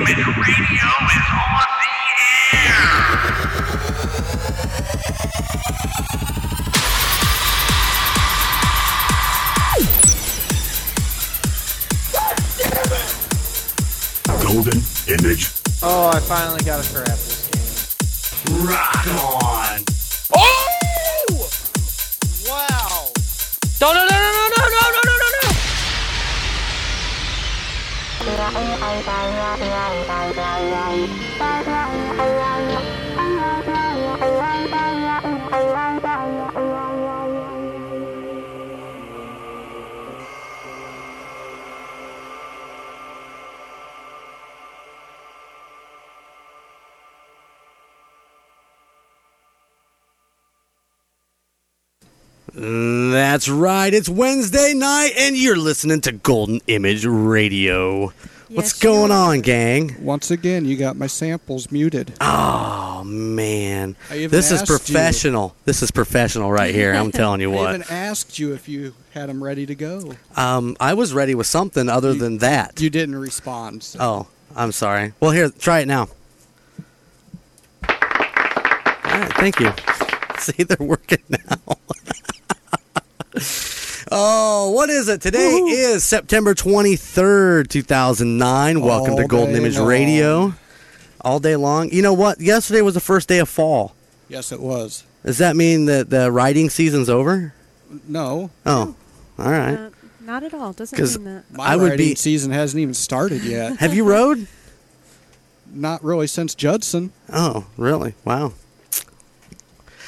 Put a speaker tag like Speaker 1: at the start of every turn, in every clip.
Speaker 1: radio is on the air.
Speaker 2: Golden Image
Speaker 3: Oh, I finally got a crap this game.
Speaker 2: Rock On.
Speaker 4: Oh!
Speaker 3: Wow.
Speaker 4: No, no, no, no, no, no, no, no, no, no, no!
Speaker 5: That's right. It's Wednesday night, and you're listening to Golden Image Radio. What's
Speaker 6: Yes, you
Speaker 5: going on, gang?
Speaker 7: Once again, you got my samples muted.
Speaker 5: Oh man,
Speaker 7: I even
Speaker 5: this is
Speaker 7: asked you.
Speaker 5: professional. This is professional right here. I'm telling you
Speaker 7: I
Speaker 5: what.
Speaker 7: even asked you if you had them ready to go.
Speaker 5: Um, I was ready with something other than that.
Speaker 7: You didn't respond. So.
Speaker 5: oh, I'm sorry. Well, here, try it now. All right, thank you. See, they're working now. oh, what is it? Today is September 23rd, 2009. Welcome
Speaker 7: All
Speaker 5: to Golden
Speaker 7: day
Speaker 5: Image
Speaker 7: long.
Speaker 5: Radio. All day long. You know what? Yesterday was the first day of fall.
Speaker 7: Yes, it was.
Speaker 5: Does that mean that the riding season's over?
Speaker 7: No,
Speaker 5: Oh, all right.
Speaker 6: Uh, not at all. Doesn't
Speaker 5: 'Cause-
Speaker 6: mean that.
Speaker 7: my
Speaker 5: I would
Speaker 7: riding
Speaker 5: be-
Speaker 7: season hasn't even started yet.
Speaker 5: Have you rode?
Speaker 7: Not really since Judson.
Speaker 5: Oh, really? Wow.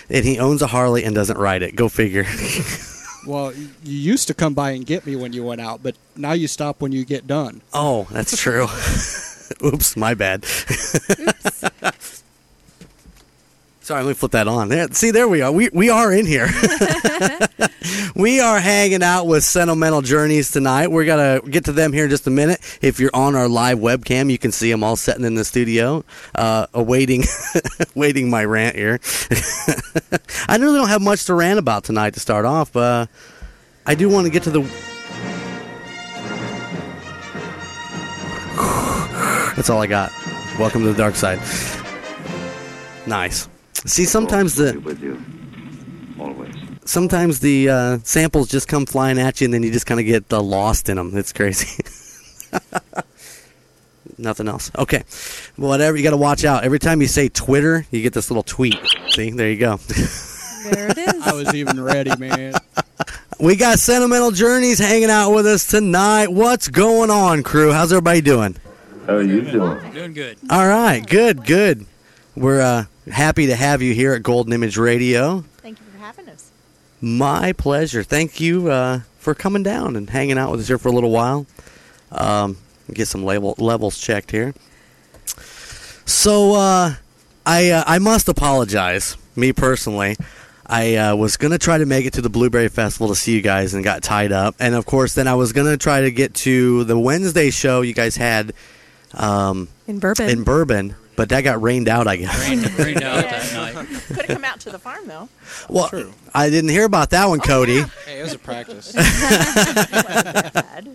Speaker 5: And he owns a Harley and doesn't ride it. Go figure.
Speaker 7: Well, y- you used to come by and get me when you went out, but now you stop when you get done.
Speaker 5: oh, that's true. Oops, my bad. Sorry, let me flip that on. There, see, there we are. We, we are in here. we are hanging out with Sentimental Journeys tonight. We're going to get to them here in just a minute. If you're on our live webcam, you can see them all sitting in the studio, uh, awaiting, waiting my rant here. I really don't have much to rant about tonight to start off, but uh, I do want to get to the. That's all I got. Welcome to the dark side. Nice. See, sometimes the
Speaker 8: with you always.
Speaker 5: sometimes the uh, samples just come flying at you, and then you just kind of get uh, lost in them. It's crazy. Nothing else. Okay. Whatever. You got to watch out. Every time you say Twitter, you get this little tweet. See, there you go.
Speaker 6: There it is.
Speaker 7: I was even ready, man.
Speaker 5: We got Sentimental Journeys hanging out with us tonight. What's going on, crew? How's everybody doing?
Speaker 8: How are you doing?
Speaker 4: Doing good.
Speaker 5: All right, good, good. We're uh, happy to have you here at Golden Image Radio.
Speaker 9: Thank you for having us.
Speaker 5: My pleasure. Thank you uh, for coming down and hanging out with us here for a little while. Um, get some label levels checked here. So uh, I uh, I must apologize, me personally. I uh, was gonna try to make it to the Blueberry Festival to see you guys and got tied up, and of course then I was gonna try to get to the Wednesday show you guys had um,
Speaker 6: In Bourbon.
Speaker 5: in Bourbon, but that got rained out. I guess.
Speaker 4: Rained, rained out
Speaker 9: Yes.
Speaker 4: that night.
Speaker 9: Could have come out to the farm though. Oh,
Speaker 5: Well, I didn't hear about that one, Cody.
Speaker 3: Hey, it was a practice.
Speaker 9: Bad.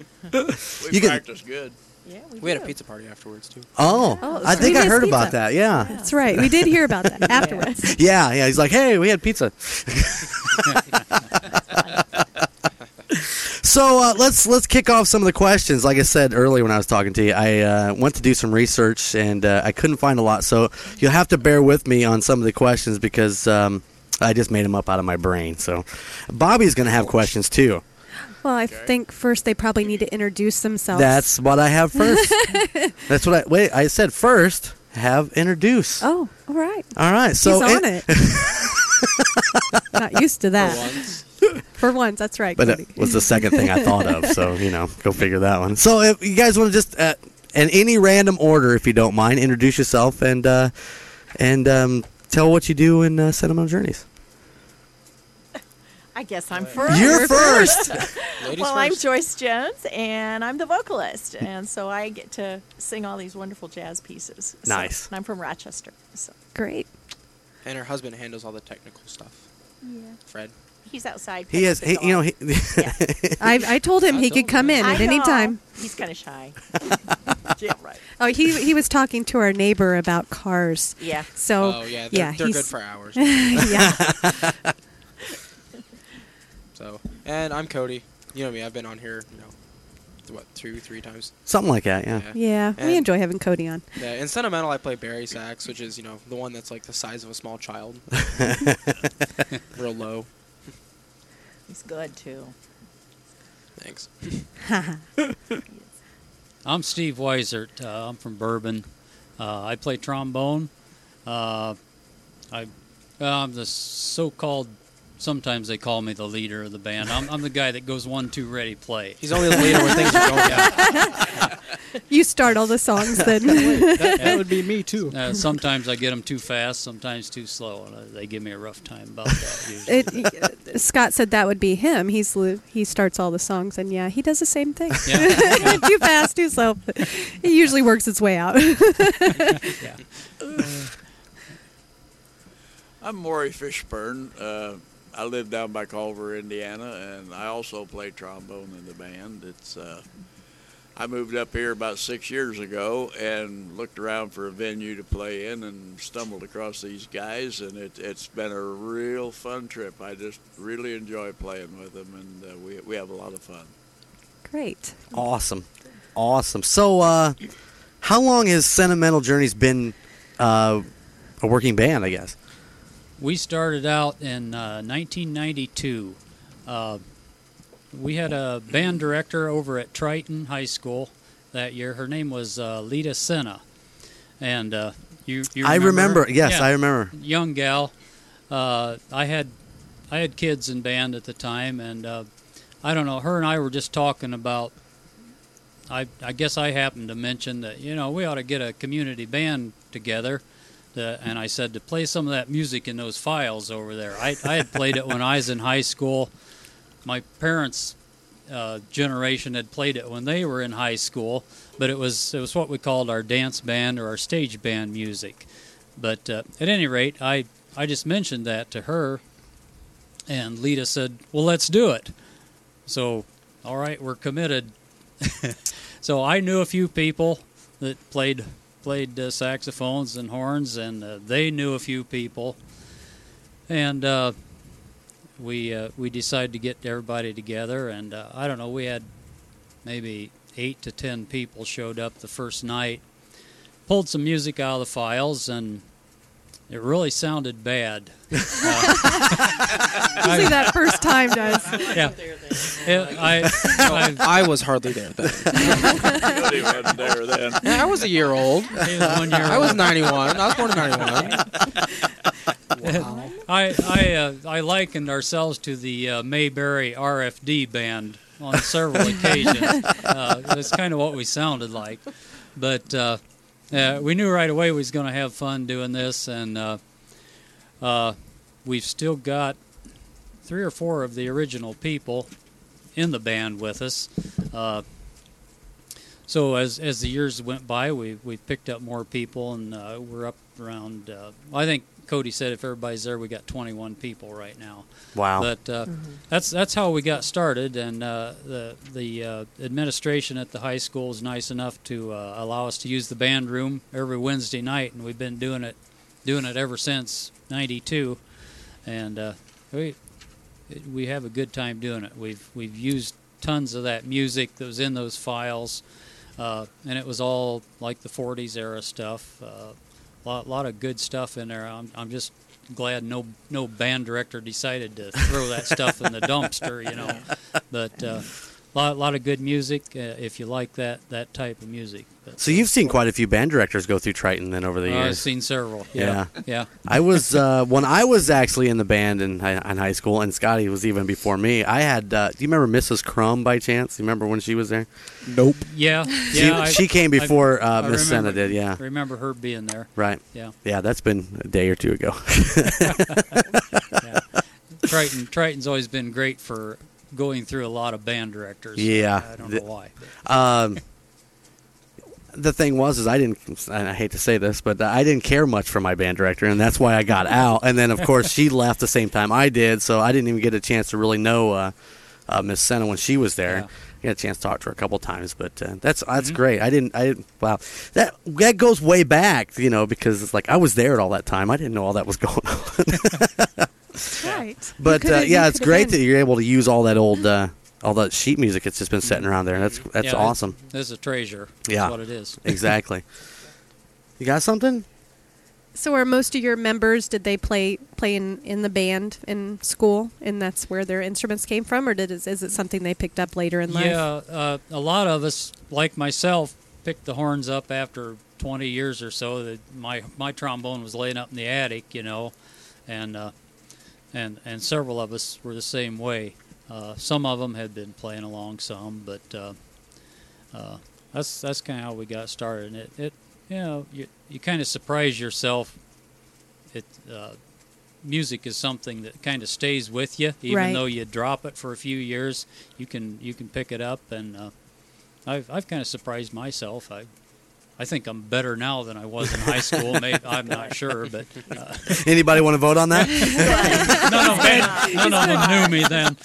Speaker 5: You can-
Speaker 10: good.
Speaker 9: Yeah, we,
Speaker 10: We had a
Speaker 9: did.
Speaker 10: pizza party afterwards too.
Speaker 5: Oh,
Speaker 6: Oh, it was
Speaker 5: I think I
Speaker 6: Previous
Speaker 5: heard about
Speaker 6: pizza.
Speaker 5: that. Yeah.
Speaker 6: That's right. We did hear about that afterwards.
Speaker 5: Yeah, yeah. He's like, hey, we had pizza. so uh, let's let's kick off some of the questions. Like I said earlier when I was talking to you, I uh, went to do some research and uh, I couldn't find a lot. So you'll have to bear with me on some of the questions because um, I just made them up out of my brain. So Bobby's going to have questions too.
Speaker 6: Well, I think first they probably need to introduce themselves.
Speaker 5: That's what I have first. That's what I wait. I said first have introduce.
Speaker 6: Oh, all right.
Speaker 5: All right. So
Speaker 6: She's on
Speaker 5: in-
Speaker 6: it. Not used to that. For once. that's right.
Speaker 5: But
Speaker 6: Cody.
Speaker 5: it was the second thing I thought of. So, you know, go figure that one. So, if you guys want to just, uh, in any random order, if you don't mind, introduce yourself and uh, and um, tell what you do in uh, Sentimental Journeys.
Speaker 9: I guess I'm first.
Speaker 5: You're first.
Speaker 10: Ladies
Speaker 9: well, I'm
Speaker 10: first.
Speaker 9: Joyce Jones, and I'm the vocalist, and so I get to sing all these wonderful jazz pieces. So-
Speaker 5: Nice.
Speaker 9: And I'm from Rochester, so
Speaker 6: Great.
Speaker 10: and her husband handles all the technical stuff.
Speaker 9: yeah,
Speaker 10: Fred.
Speaker 9: he's outside.
Speaker 5: he is. He,
Speaker 9: picking
Speaker 5: you know, he,
Speaker 9: the dog. yeah.
Speaker 6: I, I told him
Speaker 10: I
Speaker 6: he
Speaker 10: told
Speaker 6: could come
Speaker 10: him.
Speaker 6: in
Speaker 9: I
Speaker 6: at any
Speaker 9: know.
Speaker 6: time.
Speaker 9: He's kind of shy. yeah, right.
Speaker 6: Oh, he he was talking to our neighbor about cars.
Speaker 9: Yeah.
Speaker 6: So
Speaker 10: oh yeah, they're,
Speaker 6: yeah,
Speaker 10: they're good
Speaker 6: he's-
Speaker 10: for hours.
Speaker 6: yeah.
Speaker 10: so, and I'm Cody. You know me. I've been on here, you know, th- what two, three times.
Speaker 5: Something like that, yeah.
Speaker 6: Yeah, we
Speaker 10: And-
Speaker 6: enjoy having Cody on.
Speaker 10: Yeah, in sentimental, I play Barry Sax, which is you know the one that's like the size of a small child, real low.
Speaker 9: He's good too.
Speaker 10: Thanks.
Speaker 11: I'm Steve Weisert. Uh, I'm from Bourbon. Uh, I play trombone. Uh, I, uh, I'm the so-called. Sometimes they call me the leader of the band. I'm, I'm the guy that goes one, two, ready, play.
Speaker 10: He's only the leader when things are going down.
Speaker 6: You start all the songs then.
Speaker 7: That, that would be me too.
Speaker 11: Uh, sometimes I get them too fast, sometimes too slow, and uh, they give me a rough time about that. Usually.
Speaker 6: it, Scott said that would be him. He's li- he starts all the songs and yeah, he does the same thing.
Speaker 11: yeah,
Speaker 6: too fast, too slow. It usually works its way out.
Speaker 11: yeah.
Speaker 12: I'm Maury Fishburne. Uh, I live down by Culver, Indiana, and I also play trombone in the band. It's uh, I moved up here about six years ago and looked around for a venue to play in and stumbled across these guys, and it, it's been a real fun trip. I just really enjoy playing with them, and uh, we we have a lot of fun.
Speaker 6: Great.
Speaker 5: Awesome. Awesome. So, uh, how long has Sentimental Journeys been uh, a working band, I guess?
Speaker 11: We started out in uh, 1992. Uh, we had a band director over at Triton High School that year. Her name was uh, Lita Senna, and uh, you, you
Speaker 5: I
Speaker 11: remember?
Speaker 5: remember. Yes,
Speaker 11: Yeah.
Speaker 5: I remember.
Speaker 11: Young gal. Uh, I had I had kids in band at the time, and uh, I don't know. Her and I were just talking about. I I guess I happened to mention that you know we ought to get a community band together. The, and I said to play some of that music in those files over there. I, I had played it when I was in high school. My parents' uh, generation had played it when they were in high school, but it was it was what we called our dance band or our stage band music. But uh, at any rate, I I just mentioned that to her, and Lita said, "Well, let's do it." So, all right, we're committed. so I knew a few people that played played uh, saxophones and horns, and uh, they knew a few people, and uh, we uh, we decided to get everybody together, and uh, I don't know, we had maybe eight to ten people showed up the first night, pulled some music out of the files, and it really sounded bad.
Speaker 6: Usually that first time does.
Speaker 11: Yeah, It- I, I,
Speaker 10: I was hardly there then.
Speaker 12: Cody wasn't there then.
Speaker 10: Yeah, I was a year old.
Speaker 11: it was one year
Speaker 10: I was 91. I was born in 91.
Speaker 11: I I uh, I likened ourselves to the uh, Mayberry RFD band on several occasions. Uh, that's kind of what we sounded like, but uh, uh, we knew right away we was going to have fun doing this, and uh, uh, we've still got three or four of the original people in the band with us. Uh, so as as the years went by, we we picked up more people, and uh, we're up around. Uh, I think Cody said if everybody's there, we got 21 people right now.
Speaker 5: Wow.
Speaker 11: But uh, that's that's how we got started, and uh, the the uh, administration at the high school is nice enough to uh, allow us to use the band room every Wednesday night, and we've been doing it doing it ever since '92, and uh, we we have a good time doing it. We've we've used tons of that music that was in those files, uh, and it was all like the '40s era stuff. Uh, lot lot of good stuff in there. I'm I'm just glad no no band director decided to throw that stuff in the dumpster, you know. But uh, lot lot of good music uh, if you like that that type of music. But,
Speaker 5: So you've seen quite a few band directors go through Triton then over the
Speaker 11: uh,
Speaker 5: years.
Speaker 11: I've seen several.
Speaker 5: Yeah.
Speaker 11: yeah. yeah.
Speaker 5: I was uh, when I was actually in the band in, hi- in high school, and Scotty was even before me. I had. Uh, do you remember Mrs. Crumb by chance? You remember when she was there?
Speaker 7: Nope.
Speaker 11: Yeah,
Speaker 5: She-
Speaker 11: yeah.
Speaker 5: she came before, uh, Miss Senna
Speaker 11: remember-
Speaker 5: did, yeah.
Speaker 11: remember her being there.
Speaker 5: Right.
Speaker 11: Yeah,
Speaker 5: Yeah, that's been a day or two ago.
Speaker 11: yeah. Triton. Triton's always been great for going through a lot of band directors.
Speaker 5: Yeah.
Speaker 11: I don't
Speaker 5: The-
Speaker 11: know why. but-
Speaker 5: um, the thing was, is I didn't. And I hate to say this, but I didn't care much for my band director, and that's why I got out. And then, of course, she left the same time I did, so I didn't even get a chance to really know uh, uh, Miss Senna when she was there. got a chance to talk to her a couple times, but uh, that's that's
Speaker 11: Mm-hmm.
Speaker 5: great. I didn't, I didn't. Wow, that that goes way back, you know, because it's like I was there at all that time. I didn't know all that was going on.
Speaker 6: Right.
Speaker 5: but uh, yeah, it's great that you're able to use all that old uh, all that sheet music that's just been sitting around there. That's that's
Speaker 11: Yeah,
Speaker 5: awesome.
Speaker 11: It, it's a treasure. That's
Speaker 5: yeah,
Speaker 11: what it is.
Speaker 5: exactly. You got something?
Speaker 6: So are most of your members did they play play in, in the band in school and that's where their instruments came from or did is, is it something they picked up later in life?
Speaker 11: Yeah, uh, a lot of us, like myself, picked the horns up after 20 years or so. That my my trombone was laying up in the attic, you know, and uh, and and several of us were the same way. Uh, some of them had been playing along some, but uh, uh, that's that's kind of how we got started. And it, it you know you you kind of surprise yourself. It uh, music is something that kind of stays with you, even
Speaker 6: Right.
Speaker 11: though you drop it for a few years. You can you can pick it up, and uh, I've I've kind of surprised myself. I. I think I'm better now than I was in high school. Maybe I'm not sure, but uh,
Speaker 5: Anybody want to vote on that?
Speaker 11: none of them, none of them knew me then.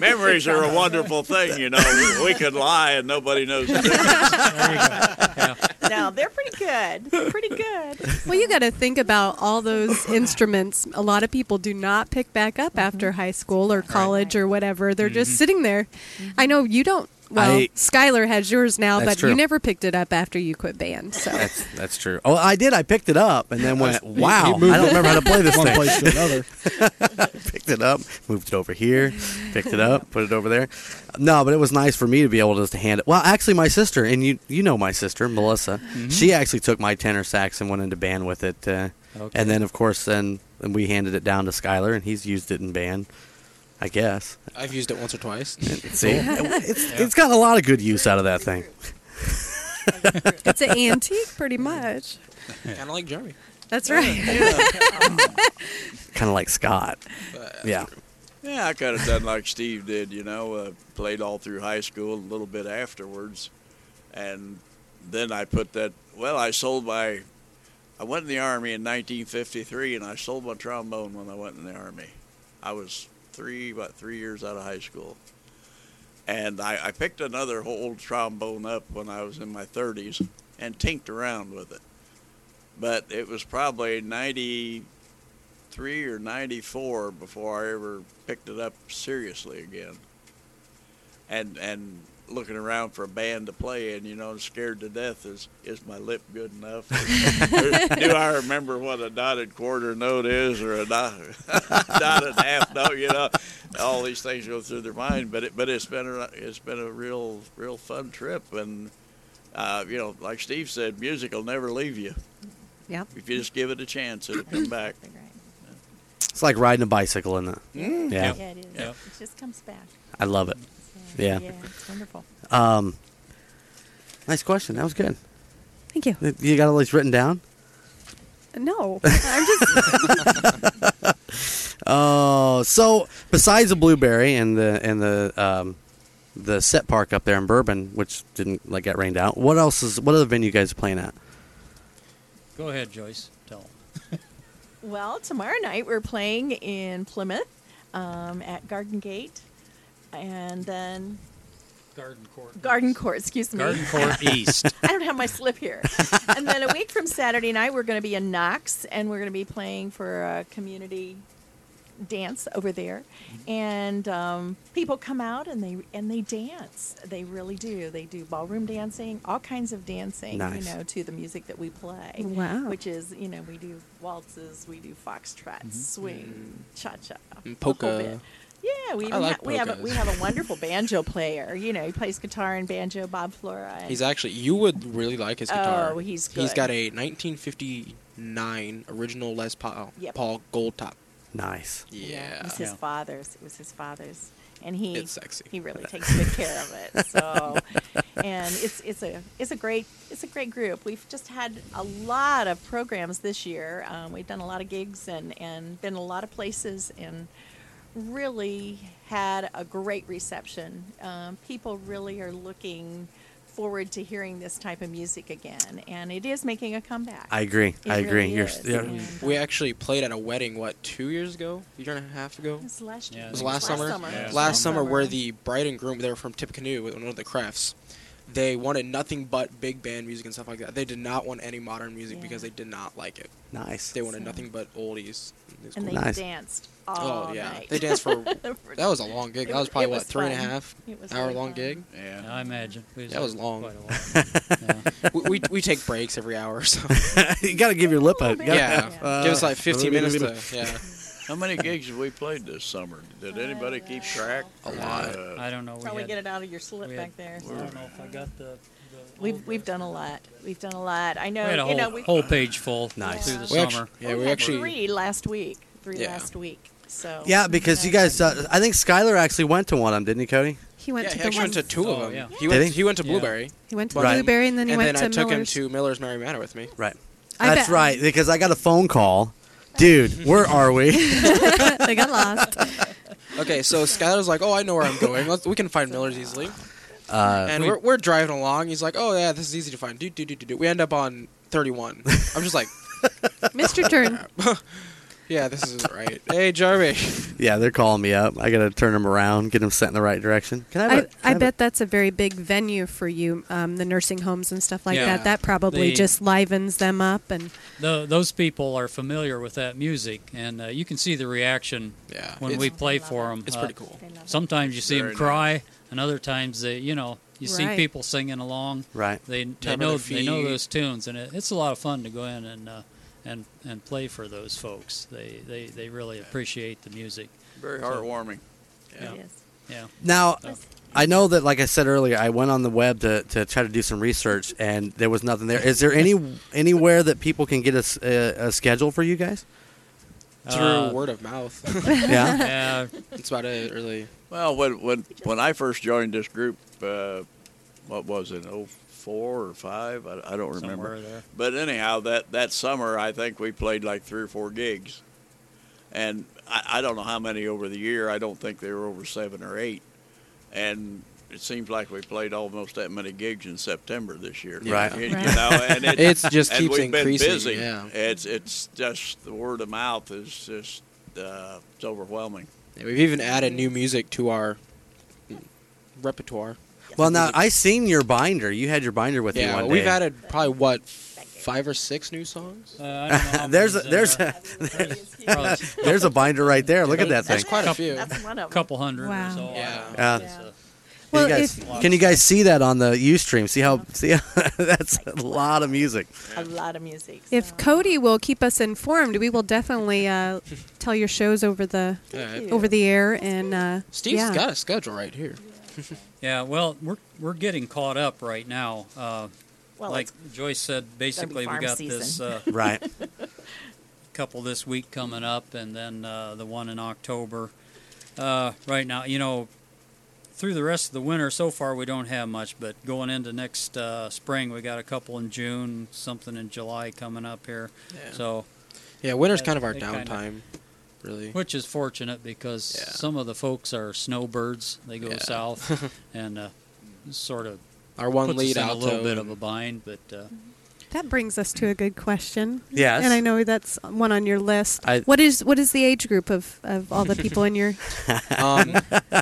Speaker 12: Memories are a wonderful thing, you know. We, we could lie and nobody knows. The difference.
Speaker 9: no, they're pretty good. They're pretty good.
Speaker 6: Well, you got to think about all those instruments. A lot of people do not pick back up
Speaker 10: Mm-hmm.
Speaker 6: after high school or college or whatever. They're just
Speaker 9: Mhm.
Speaker 6: sitting there.
Speaker 10: Mm-hmm.
Speaker 6: I know you don't. Well,
Speaker 5: I-
Speaker 6: Skylar has yours now,
Speaker 5: That's
Speaker 6: but
Speaker 5: true.
Speaker 6: you never picked it up after you quit band. So
Speaker 5: That's that's true. Oh, I did. I picked it up and then went,
Speaker 6: he
Speaker 5: "Wow,
Speaker 6: moved
Speaker 5: I don't remember how to play this
Speaker 6: one
Speaker 5: thing."
Speaker 6: place to
Speaker 7: another.
Speaker 5: picked it up, moved it over here, picked it up, put it over there. No, but it was nice for me to be able just to hand it. Well, actually, my sister and you you know my sister Melissa,
Speaker 6: Mm-hmm.
Speaker 5: she actually took my tenor sax and went into band with it, uh,
Speaker 11: Okay.
Speaker 5: and then of course then and we handed it down to Skylar and he's used it in band, I guess.
Speaker 10: I've used it once or twice.
Speaker 5: See, it's it's gotten a lot of good use out of that thing.
Speaker 6: it's an antique, pretty much.
Speaker 10: kind of like Jeremy.
Speaker 6: That's right.
Speaker 5: Kind of like Scott. Yeah.
Speaker 12: Yeah, I could have done like Steve did, you know, uh, played all through high school, a little bit afterwards. And then I put that, well, I sold my, I went in the Army in 1953 and I sold my trombone when I went in the Army. I was three, about three years out of high school. And I, I picked another old trombone up when I was in my 30s and tinked around with it. But it was probably 90, 93 or 94 before I ever picked it up seriously again. And and looking around for a band to play in, you know, scared to death is is my lip good enough? Do I remember what a dotted quarter note is or a dot, dotted half note? You know, all these things go through their mind. But it but it's been a, it's been a real real fun trip and. Uh, you know, like Steve said, music will never leave you.
Speaker 6: Yeah.
Speaker 12: If you just give it a chance, it'll come back.
Speaker 5: It's like riding a bicycle, isn't it?
Speaker 10: Mm.
Speaker 5: Yeah.
Speaker 9: Yeah, it is.
Speaker 12: Yeah.
Speaker 9: It just comes back.
Speaker 5: I love it. Yeah.
Speaker 9: Yeah, it's wonderful.
Speaker 5: Um, nice question. That was good.
Speaker 6: Thank you.
Speaker 5: You got all these written down?
Speaker 6: No, I'm just.
Speaker 5: Oh, so besides the blueberry and the and the um, the set park up there in Bourbon, which didn't like get rained out, what else is what other venue you guys playing at?
Speaker 11: Go ahead, Joyce. Tell 'em.
Speaker 9: Well, tomorrow night we're playing in Plymouth um, at Garden Gate, and then
Speaker 11: Garden Court.
Speaker 9: Garden Court. Excuse me.
Speaker 11: Garden Court East.
Speaker 9: I don't have my slip here. and then a week from Saturday night we're going to be in Knox, and we're going to be playing for a community dance over there and um, people come out and they and they dance they really do they do ballroom dancing all kinds of dancing
Speaker 13: Nice.
Speaker 9: you know to the music that we play
Speaker 13: Wow.
Speaker 9: which is you know we do waltzes we do foxtrots swing cha-cha
Speaker 10: Mm-hmm. Mm. And
Speaker 9: the whole
Speaker 10: polka.
Speaker 9: bit. yeah we
Speaker 10: I
Speaker 9: even
Speaker 10: like
Speaker 9: ha- we have a,
Speaker 10: polkas.
Speaker 9: we have a wonderful banjo player you know he plays guitar and banjo bob flora and
Speaker 10: He's actually you would really like his guitar.
Speaker 9: Oh, he's
Speaker 10: He's
Speaker 9: good.
Speaker 10: got a 1959 original Les Paul,
Speaker 9: Yep.
Speaker 10: Paul Gold Top.
Speaker 5: Nice.
Speaker 10: Yeah.
Speaker 9: It was his father's. It was his father's, and he
Speaker 10: It's sexy.
Speaker 9: he really takes good care of it. So, and it's it's a it's a great it's a great group. We've just had a lot of programs this year. Um, we've done a lot of gigs and and been a lot of places and really had a great reception. Um, people really are looking forward to hearing this type of music again, and it is making a comeback.
Speaker 5: I agree.
Speaker 9: It
Speaker 5: I agree.
Speaker 9: really
Speaker 5: You're,
Speaker 9: is.
Speaker 5: yeah.
Speaker 10: We actually played at a wedding, what, two years ago? A year and a half ago? It
Speaker 9: was last year.
Speaker 10: It
Speaker 9: I
Speaker 10: was
Speaker 9: think
Speaker 10: last
Speaker 9: it was
Speaker 10: summer.
Speaker 9: last summer. Yeah.
Speaker 10: Last
Speaker 9: Summer.
Speaker 10: summer, where the bride and groom, they were from Tippecanoe, one of the Crefts. They wanted nothing but big band music and stuff like that. They did not want any modern music because they did not like it.
Speaker 5: Nice.
Speaker 10: They wanted
Speaker 9: So-
Speaker 10: nothing but oldies. It was
Speaker 9: And they
Speaker 10: cool.
Speaker 9: danced all
Speaker 10: Oh yeah,
Speaker 9: night.
Speaker 10: they danced for.
Speaker 9: For-
Speaker 10: that was a long gig.
Speaker 9: it
Speaker 10: That was
Speaker 9: wa-
Speaker 10: probably
Speaker 9: it
Speaker 10: what
Speaker 9: was
Speaker 10: three and a
Speaker 9: fun.
Speaker 10: half
Speaker 9: It was
Speaker 10: hour
Speaker 9: really
Speaker 10: long
Speaker 9: fun.
Speaker 10: gig.
Speaker 12: Yeah.
Speaker 11: I imagine. It
Speaker 10: That was long.
Speaker 11: Quite a while.
Speaker 10: we, we we take breaks every hour, so
Speaker 5: you got to give your lip a. you gotta uh,
Speaker 10: Yeah.
Speaker 5: have,
Speaker 10: Give us, like, 15 minutes to- yeah.
Speaker 12: How many gigs have we played this summer? Did anybody keep track? Uh,
Speaker 10: A lot.
Speaker 11: I don't know.
Speaker 9: That's how we get it out of your slip back there.
Speaker 11: I don't know if I got the.
Speaker 9: We've we've done a lot. We've done a lot. I know.
Speaker 11: we had a whole,
Speaker 9: you know, we,
Speaker 11: whole page full
Speaker 5: Nice.
Speaker 11: through the
Speaker 5: We actu-
Speaker 11: summer.
Speaker 5: yeah,
Speaker 9: we
Speaker 5: we
Speaker 9: had
Speaker 5: actually-
Speaker 9: three last week. Three
Speaker 10: Yeah.
Speaker 9: last week. So
Speaker 5: Yeah, because you guys, uh, I think Skylar actually went to one of them, didn't he, Cody?
Speaker 6: He went
Speaker 10: yeah,
Speaker 6: to
Speaker 10: he
Speaker 6: the
Speaker 10: actually
Speaker 6: one.
Speaker 10: went to two of
Speaker 11: Oh,
Speaker 10: them.
Speaker 11: yeah.
Speaker 10: He
Speaker 5: Did
Speaker 10: went.
Speaker 5: he?
Speaker 10: He went to
Speaker 11: Yeah.
Speaker 10: Blueberry.
Speaker 6: He went to
Speaker 10: Right.
Speaker 6: Blueberry and then he
Speaker 10: and
Speaker 6: went
Speaker 10: then I
Speaker 6: to
Speaker 10: took
Speaker 6: Miller's.
Speaker 10: him to Miller's Marijuana with me.
Speaker 5: Right.
Speaker 6: I
Speaker 5: That's
Speaker 6: bet.
Speaker 5: right, because I got a phone call. Dude, where are we?
Speaker 6: they got lost.
Speaker 10: Okay, so Skylar's like, "Oh, I know where I'm going. Let's, we can find Miller's easily."
Speaker 5: Uh,
Speaker 10: and we, are we're driving along. He's like, "Oh yeah, this is easy to find." Do do do do do. We end up on 31. I'm just like,
Speaker 6: Mr. Turn.
Speaker 10: "Yeah, this isn't right." hey, Jarvis.
Speaker 5: yeah, they're calling me up. I got to turn them around, get them set in the right direction. Can I? Have a-
Speaker 6: I,
Speaker 5: can
Speaker 6: I
Speaker 5: have a-
Speaker 6: bet that's a very big venue for you, um, the nursing homes and stuff like
Speaker 10: Yeah.
Speaker 6: that. That probably
Speaker 11: The-
Speaker 6: just livens them up. And
Speaker 11: Tho- those people are familiar with that music, and uh, you can see the reaction
Speaker 10: Yeah,
Speaker 11: when
Speaker 10: it's-
Speaker 11: we play for them. Uh,
Speaker 10: It's pretty cool.
Speaker 9: They love it.
Speaker 11: Sometimes you see them
Speaker 12: Very
Speaker 11: cry, and other times they, you know, you see
Speaker 6: Right.
Speaker 11: people singing along.
Speaker 5: Right.
Speaker 11: They they
Speaker 10: Tapping
Speaker 11: know
Speaker 10: their
Speaker 11: they know
Speaker 10: feet.
Speaker 11: those tunes, and it, it's a lot of fun to go in and uh, and and play for those folks. They they, they really appreciate the music.
Speaker 12: Very heartwarming.
Speaker 11: Yeah.
Speaker 9: It is.
Speaker 11: Yeah.
Speaker 5: Now,
Speaker 11: Yes.
Speaker 5: I know that, like I said earlier, I went on the web to, to try to do some research, and there was nothing there. Is there any anywhere that people can get a, s- a- a schedule for you guys?
Speaker 10: Through
Speaker 11: Uh,
Speaker 10: word of mouth.
Speaker 5: Yeah.
Speaker 11: Yeah.
Speaker 10: That's about it, really.
Speaker 12: Well, when when when I first joined this group, uh, what was it, oh four or five? I, I don't remember.
Speaker 11: Somewhere there.
Speaker 12: But anyhow, that that summer, I think we played like three or four gigs, and I, I don't know how many over the year. I don't think they were over seven or eight, and. It seems like we played almost that many gigs in September this year,
Speaker 5: Right.
Speaker 12: You, you know, and it,
Speaker 10: It's just
Speaker 12: and
Speaker 10: keeps
Speaker 12: we've been
Speaker 10: increasing,
Speaker 12: busy.
Speaker 10: yeah.
Speaker 12: It's it's just the word of mouth is just uh, it's overwhelming.
Speaker 10: Yeah, we've even added new music to our repertoire.
Speaker 5: Well, now I seen your binder. You had your binder with you
Speaker 10: Yeah,
Speaker 5: one day.
Speaker 10: we've added probably what five or six new songs.
Speaker 11: Uh, I don't know how
Speaker 5: There's a,
Speaker 11: many's in
Speaker 5: there's
Speaker 11: there.
Speaker 5: a,
Speaker 11: Probably a
Speaker 5: there's a binder right there. Look at that
Speaker 10: There's
Speaker 5: thing.
Speaker 10: quite a
Speaker 11: Couple-
Speaker 10: few.
Speaker 9: That's one of them.
Speaker 11: couple hundred
Speaker 6: Wow.
Speaker 11: or so.
Speaker 10: Yeah.
Speaker 5: Yeah.
Speaker 11: It's, uh,
Speaker 5: Can you
Speaker 6: Well,
Speaker 5: guys,
Speaker 6: if-
Speaker 5: can you guys see that on the UStream? See how see how, that's a lot of music.
Speaker 9: A lot of music. so.
Speaker 6: if Cody will keep us informed, we will definitely uh, tell your shows over the
Speaker 10: Yeah,
Speaker 9: you.
Speaker 6: over the air. And uh,
Speaker 10: Steve's
Speaker 6: yeah.
Speaker 10: got a schedule right here.
Speaker 11: Yeah, well, we're we're getting caught up right now. Uh,
Speaker 9: well,
Speaker 11: like
Speaker 9: it's
Speaker 11: Joyce said, basically we
Speaker 9: farm
Speaker 11: got
Speaker 9: season.
Speaker 11: this uh,
Speaker 5: Right.
Speaker 11: couple this week coming up, and then uh, the one in October. Uh, right now, you know, through the rest of the winter, so far we don't have much, but going into next uh, spring, we got a couple in June, something in July coming up here.
Speaker 10: Yeah.
Speaker 11: So,
Speaker 10: Yeah, winter's
Speaker 11: Yeah,
Speaker 10: kind of our
Speaker 11: they kinda-
Speaker 10: downtime, really.
Speaker 11: which is fortunate because
Speaker 10: Yeah.
Speaker 11: some of the folks are snowbirds; they go
Speaker 10: Yeah.
Speaker 11: south and uh, sort of
Speaker 10: Our one
Speaker 11: puts
Speaker 10: lead
Speaker 11: us in
Speaker 10: out
Speaker 11: a little bit of a bind, but. Uh,
Speaker 6: that brings us to a good question.
Speaker 5: Yes.
Speaker 6: And I know that's one on your list.
Speaker 5: I-
Speaker 6: what is what is the age group of, of all the people in your?
Speaker 10: um,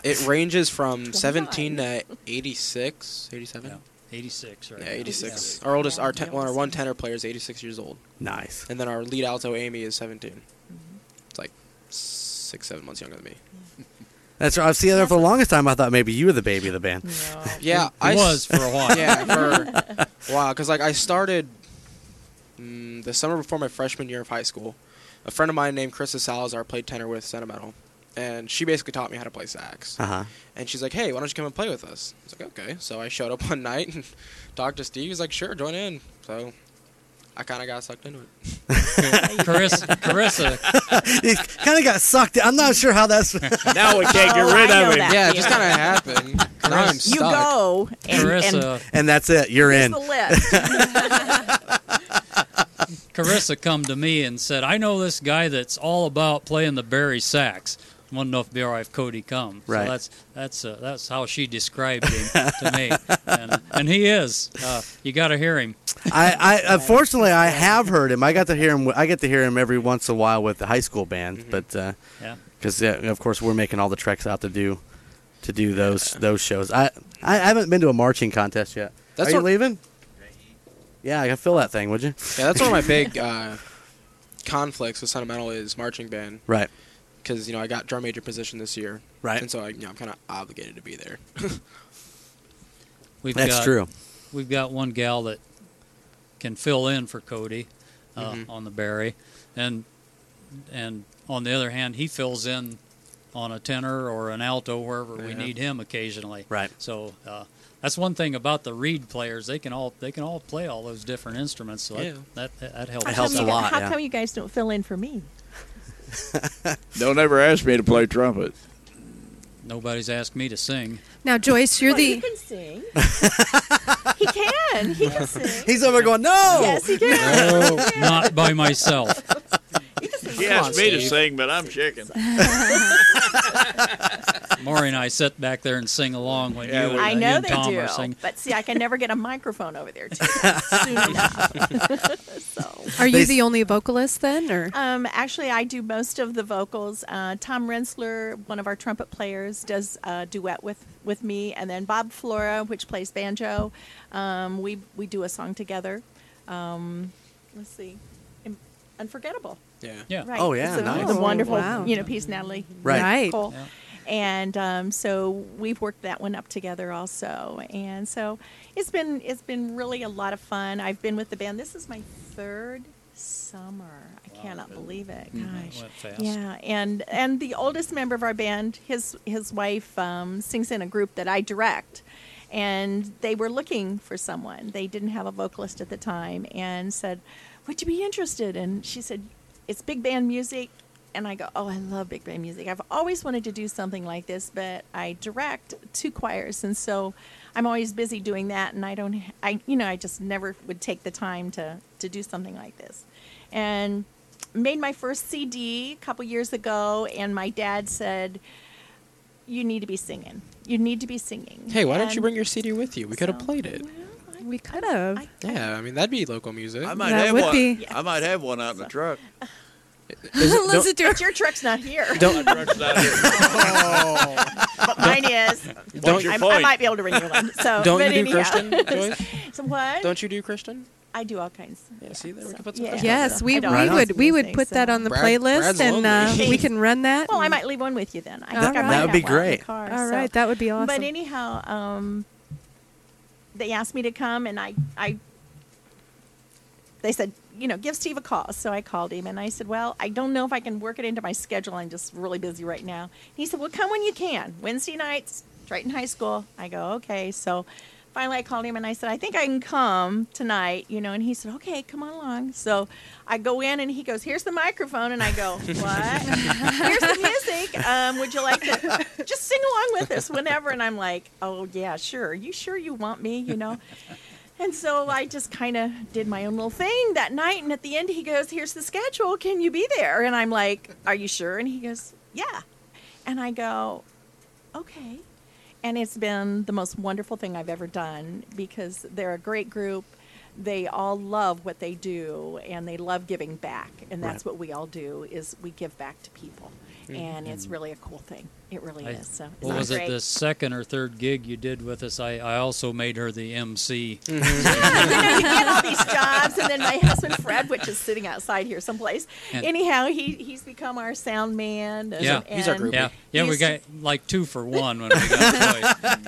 Speaker 10: it ranges from 17 to 86, 87.
Speaker 11: Yeah, 86, right?
Speaker 10: Yeah, 86. Our oldest, our ten, well, our one tenor player is 86 years old,
Speaker 5: Nice.
Speaker 10: and then our lead alto Amy is 17.
Speaker 6: Mm-hmm.
Speaker 10: It's like six, seven months younger than me.
Speaker 5: That's right. I've seen there for the longest time. I thought maybe you were the baby of the band.
Speaker 9: no.
Speaker 10: Yeah,
Speaker 11: Yeah.
Speaker 10: I
Speaker 11: It
Speaker 10: s-
Speaker 11: was for a while.
Speaker 10: yeah, for wow, because like I started mm, the summer before my freshman year of high school. A friend of mine named Krista Salazar played tenor with Sentimental, and she basically taught me how to play sax.
Speaker 5: Uh huh.
Speaker 10: And she's like, "Hey, why don't you come and play with us?" I was like, "Okay." So I showed up one night and talked to Steve. He's like, "Sure, join in." So I kind of got sucked into it.
Speaker 11: Carissa, Carissa,
Speaker 5: It kind of got sucked. I'm not sure how that's.
Speaker 12: Now we can't get
Speaker 9: Oh,
Speaker 12: rid
Speaker 9: I know
Speaker 12: of him.
Speaker 9: that
Speaker 10: Yeah, it just kind
Speaker 9: feeling.
Speaker 10: of happened. Now I'm stuck.
Speaker 9: You go and, and
Speaker 11: Carissa,
Speaker 5: and that's it. You're
Speaker 9: here's
Speaker 5: in.
Speaker 9: the list.
Speaker 11: Carissa come to me and said, "I know this guy that's all about playing the Barry sax. want to know if it'd be all right if Cody comes.
Speaker 5: Right.
Speaker 11: So that's that's uh, that's how she described him to me, and, and he is. Uh, you got to hear him.
Speaker 5: I, I unfortunately I have heard him. I got to hear him. I get to hear him every once in a while with the high school band,
Speaker 10: Mm-hmm.
Speaker 5: but uh,
Speaker 11: Yeah.
Speaker 5: because of course we're making all the treks out to do to do those those shows. I I haven't been to a marching contest yet.
Speaker 10: That's
Speaker 5: Are you
Speaker 10: what-
Speaker 5: leaving? Yeah, I can fill that thing, would you?
Speaker 10: Yeah, that's one of my big uh, conflicts with sentimental is marching band.
Speaker 5: Right.
Speaker 10: Because you know I got drum major position this year.
Speaker 5: Right.
Speaker 10: And so I, you know, I'm kind of obligated to be there.
Speaker 11: We've
Speaker 5: That's
Speaker 11: got,
Speaker 5: true.
Speaker 11: We've got one gal that can fill in for Cody uh,
Speaker 10: Mhm.
Speaker 11: on the Barry, and and on the other hand, he fills in on a tenor or an alto wherever we
Speaker 10: Yeah.
Speaker 11: need him occasionally.
Speaker 5: Right.
Speaker 11: So uh, that's one thing about the reed players; they can all they can all play all those different instruments. So
Speaker 10: Yeah.
Speaker 11: that, that that helps.
Speaker 9: How
Speaker 5: helps
Speaker 9: come
Speaker 5: a
Speaker 9: you, gu-
Speaker 5: lot,
Speaker 9: How
Speaker 5: yeah.
Speaker 9: come you guys don't fill in for me?
Speaker 12: Don't ever ask me to play trumpet.
Speaker 11: Nobody's asked me to sing.
Speaker 6: Now, Joyce, you're
Speaker 9: Well,
Speaker 6: the
Speaker 9: He can sing. he can. He can sing.
Speaker 5: He's over going. No.
Speaker 9: Yes, he can.
Speaker 11: No, not by myself.
Speaker 12: He asked me to sing, but I'm chicken.
Speaker 9: Mm-hmm.
Speaker 11: Maury and I sit back there and sing along when
Speaker 12: Yeah,
Speaker 11: you and, uh,
Speaker 9: I
Speaker 11: you
Speaker 9: know
Speaker 11: and
Speaker 9: they
Speaker 11: Tom
Speaker 9: do.
Speaker 11: are singing.
Speaker 9: But see, I can never get a microphone over there too, soon enough. so.
Speaker 6: are
Speaker 5: They
Speaker 6: you
Speaker 5: s-
Speaker 6: the only vocalist then, or
Speaker 9: Um, actually, I do most of the vocals. Uh, Tom Rensler, one of our trumpet players, does a duet with, with me, and then Bob Flora, which plays banjo. Um, we we do a song together. Um, let's see, Un- Unforgettable.
Speaker 10: yeah.
Speaker 11: Yeah.
Speaker 9: Right.
Speaker 5: Oh, yeah,
Speaker 9: it's a,
Speaker 5: nice.
Speaker 9: it's a wonderful
Speaker 6: Oh, wow.
Speaker 9: you know piece, Natalie.
Speaker 5: Right.
Speaker 6: Right.
Speaker 9: Cole.
Speaker 11: Yeah.
Speaker 9: And um, so we've worked that one up together also, and so it's been it's been really a lot of fun. I've been with the band. This is my third summer. I cannot believe it.
Speaker 10: Mm-hmm.
Speaker 14: Mm-hmm.
Speaker 9: Gosh.
Speaker 11: Went fast.
Speaker 9: Yeah, and and the oldest member of our band, his his wife um, sings in a group that I direct, and they were looking for someone. They didn't have a vocalist at the time, and said, "Would you be interested?" And she said, "It's big band music." And I go, oh, I love big band music. I've always wanted to do something like this, but I direct two choirs, and so I'm always busy doing that. And I don't, I, you know, I just never would take the time to to do something like this. And made my first CD a couple years ago, and my dad said, "You need to be singing. You need to be singing."
Speaker 10: Hey, why don't you
Speaker 9: And
Speaker 10: bring your CD with you? We could have
Speaker 9: Um, so-
Speaker 10: played it.
Speaker 9: Well, I-
Speaker 6: we could have?
Speaker 9: I-
Speaker 10: Yeah, I mean that'd be local music.
Speaker 12: I might
Speaker 6: That
Speaker 12: have
Speaker 6: would
Speaker 12: one.
Speaker 6: be-
Speaker 12: I might have one out in the truck.
Speaker 10: Is it-
Speaker 6: Listen to
Speaker 9: But your truck's not here.
Speaker 10: don't,
Speaker 12: My truck's not here.
Speaker 9: but mine is.
Speaker 10: Don't-
Speaker 9: I,
Speaker 12: Your
Speaker 9: I
Speaker 12: point.
Speaker 9: might be able to renew one. So,
Speaker 10: don't,
Speaker 9: but
Speaker 10: don't you do
Speaker 9: anyhow.
Speaker 10: Christian? Joyce?
Speaker 9: So what?
Speaker 10: Don't you do Christian?
Speaker 9: I do all kinds.
Speaker 10: Yeah, see there, we
Speaker 9: So-
Speaker 10: can put some
Speaker 9: yeah.
Speaker 10: Christian
Speaker 9: Yeah.
Speaker 6: yes,
Speaker 9: so I
Speaker 6: we, we
Speaker 9: don't know.
Speaker 6: would we would
Speaker 9: Music,
Speaker 6: put that
Speaker 9: so-
Speaker 6: on the
Speaker 10: Brad-
Speaker 6: playlist,
Speaker 10: Brad's
Speaker 6: and uh,
Speaker 10: lonely.
Speaker 6: we can run that.
Speaker 9: Well, I
Speaker 6: and-
Speaker 9: might leave one with you then. I
Speaker 6: All
Speaker 9: think I
Speaker 6: right.
Speaker 9: might
Speaker 6: That
Speaker 5: would
Speaker 9: have
Speaker 5: be
Speaker 9: one in the
Speaker 5: great.
Speaker 9: car,
Speaker 6: All
Speaker 9: so-
Speaker 6: right, that would be awesome.
Speaker 9: But anyhow, um, they asked me to come, and I, I, they said, you know, give Steve a call. So I called him, and I said, well, I don't know if I can work it into my schedule. I'm just really busy right now. And he said, well, come when you can. Wednesday nights, Triton High School. I go, okay. So finally, I called him, and I said, I think I can come tonight, you know. And he said, okay, come on along. So I go in, and he goes, here's the microphone, and I go, what? here's the music. Um, would you like to just sing along with us whenever? And I'm like, oh yeah, sure. You sure you want me? You know. And so I just kind of did my own little thing that night. And at the end, he goes, here's the schedule. Can you be there? And I'm like, are you sure? And he goes, yeah. And I go, okay. And it's been the most wonderful thing I've ever done because they're a great group. They all love what they do and they love giving back. And that's what we all do is we give back to people. And it's really a cool thing. It really
Speaker 11: Mm-hmm. I-
Speaker 9: is. So it's
Speaker 11: What was
Speaker 9: great.
Speaker 11: it? The second or third gig you did with us, I, I also made her the MC.
Speaker 10: Mm-hmm.
Speaker 9: you know, you get all these jobs, and then my husband Fred, which is sitting outside here someplace.
Speaker 11: And-
Speaker 9: Anyhow, he he's become our sound man. And,
Speaker 11: Yeah,
Speaker 9: and
Speaker 10: he's our groupie.
Speaker 11: Yeah, yeah, we
Speaker 9: he's-
Speaker 11: got like two for one when we got Joyce.
Speaker 9: groupie.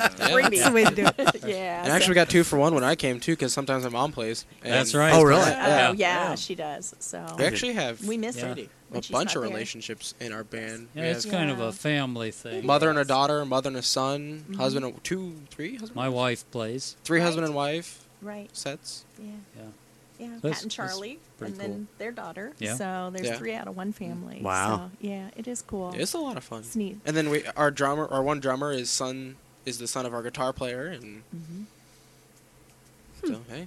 Speaker 6: That's the way to do it.
Speaker 9: yeah.
Speaker 10: And I actually got two for one when I came too, because sometimes my mom plays. and
Speaker 11: That's right.
Speaker 5: Oh, really?
Speaker 9: so,
Speaker 10: Yeah.
Speaker 9: yeah, yeah, she does. So
Speaker 10: We actually have
Speaker 9: we miss
Speaker 11: Oh. Yeah.
Speaker 9: her. when
Speaker 10: a
Speaker 9: she's
Speaker 10: bunch
Speaker 9: not
Speaker 10: of
Speaker 9: there.
Speaker 10: relationships in our band.
Speaker 11: Yeah,
Speaker 10: We
Speaker 11: it's
Speaker 10: have
Speaker 11: kind of
Speaker 9: Yeah.
Speaker 11: a family thing. Mm-hmm.
Speaker 10: mother and a daughter, mother and a son, husband and two, three, husband,
Speaker 11: My wife plays.
Speaker 10: three husband and wife
Speaker 9: Right.
Speaker 10: sets.
Speaker 9: Yeah.
Speaker 11: Yeah,
Speaker 9: Yeah.
Speaker 11: That's-
Speaker 9: Pat and
Speaker 11: that's
Speaker 9: Charlie,
Speaker 11: pretty
Speaker 9: and then
Speaker 11: cool.
Speaker 9: their daughter.
Speaker 11: Yeah. Mm-hmm.
Speaker 9: So there's
Speaker 10: Yeah.
Speaker 9: three out of one family.
Speaker 5: Wow.
Speaker 9: So, yeah, it is
Speaker 11: Oh.
Speaker 9: cool.
Speaker 10: It's a lot of fun.
Speaker 9: It's neat.
Speaker 10: And then we, our drummer, our one drummer is son is the son of our guitar player, and so hey,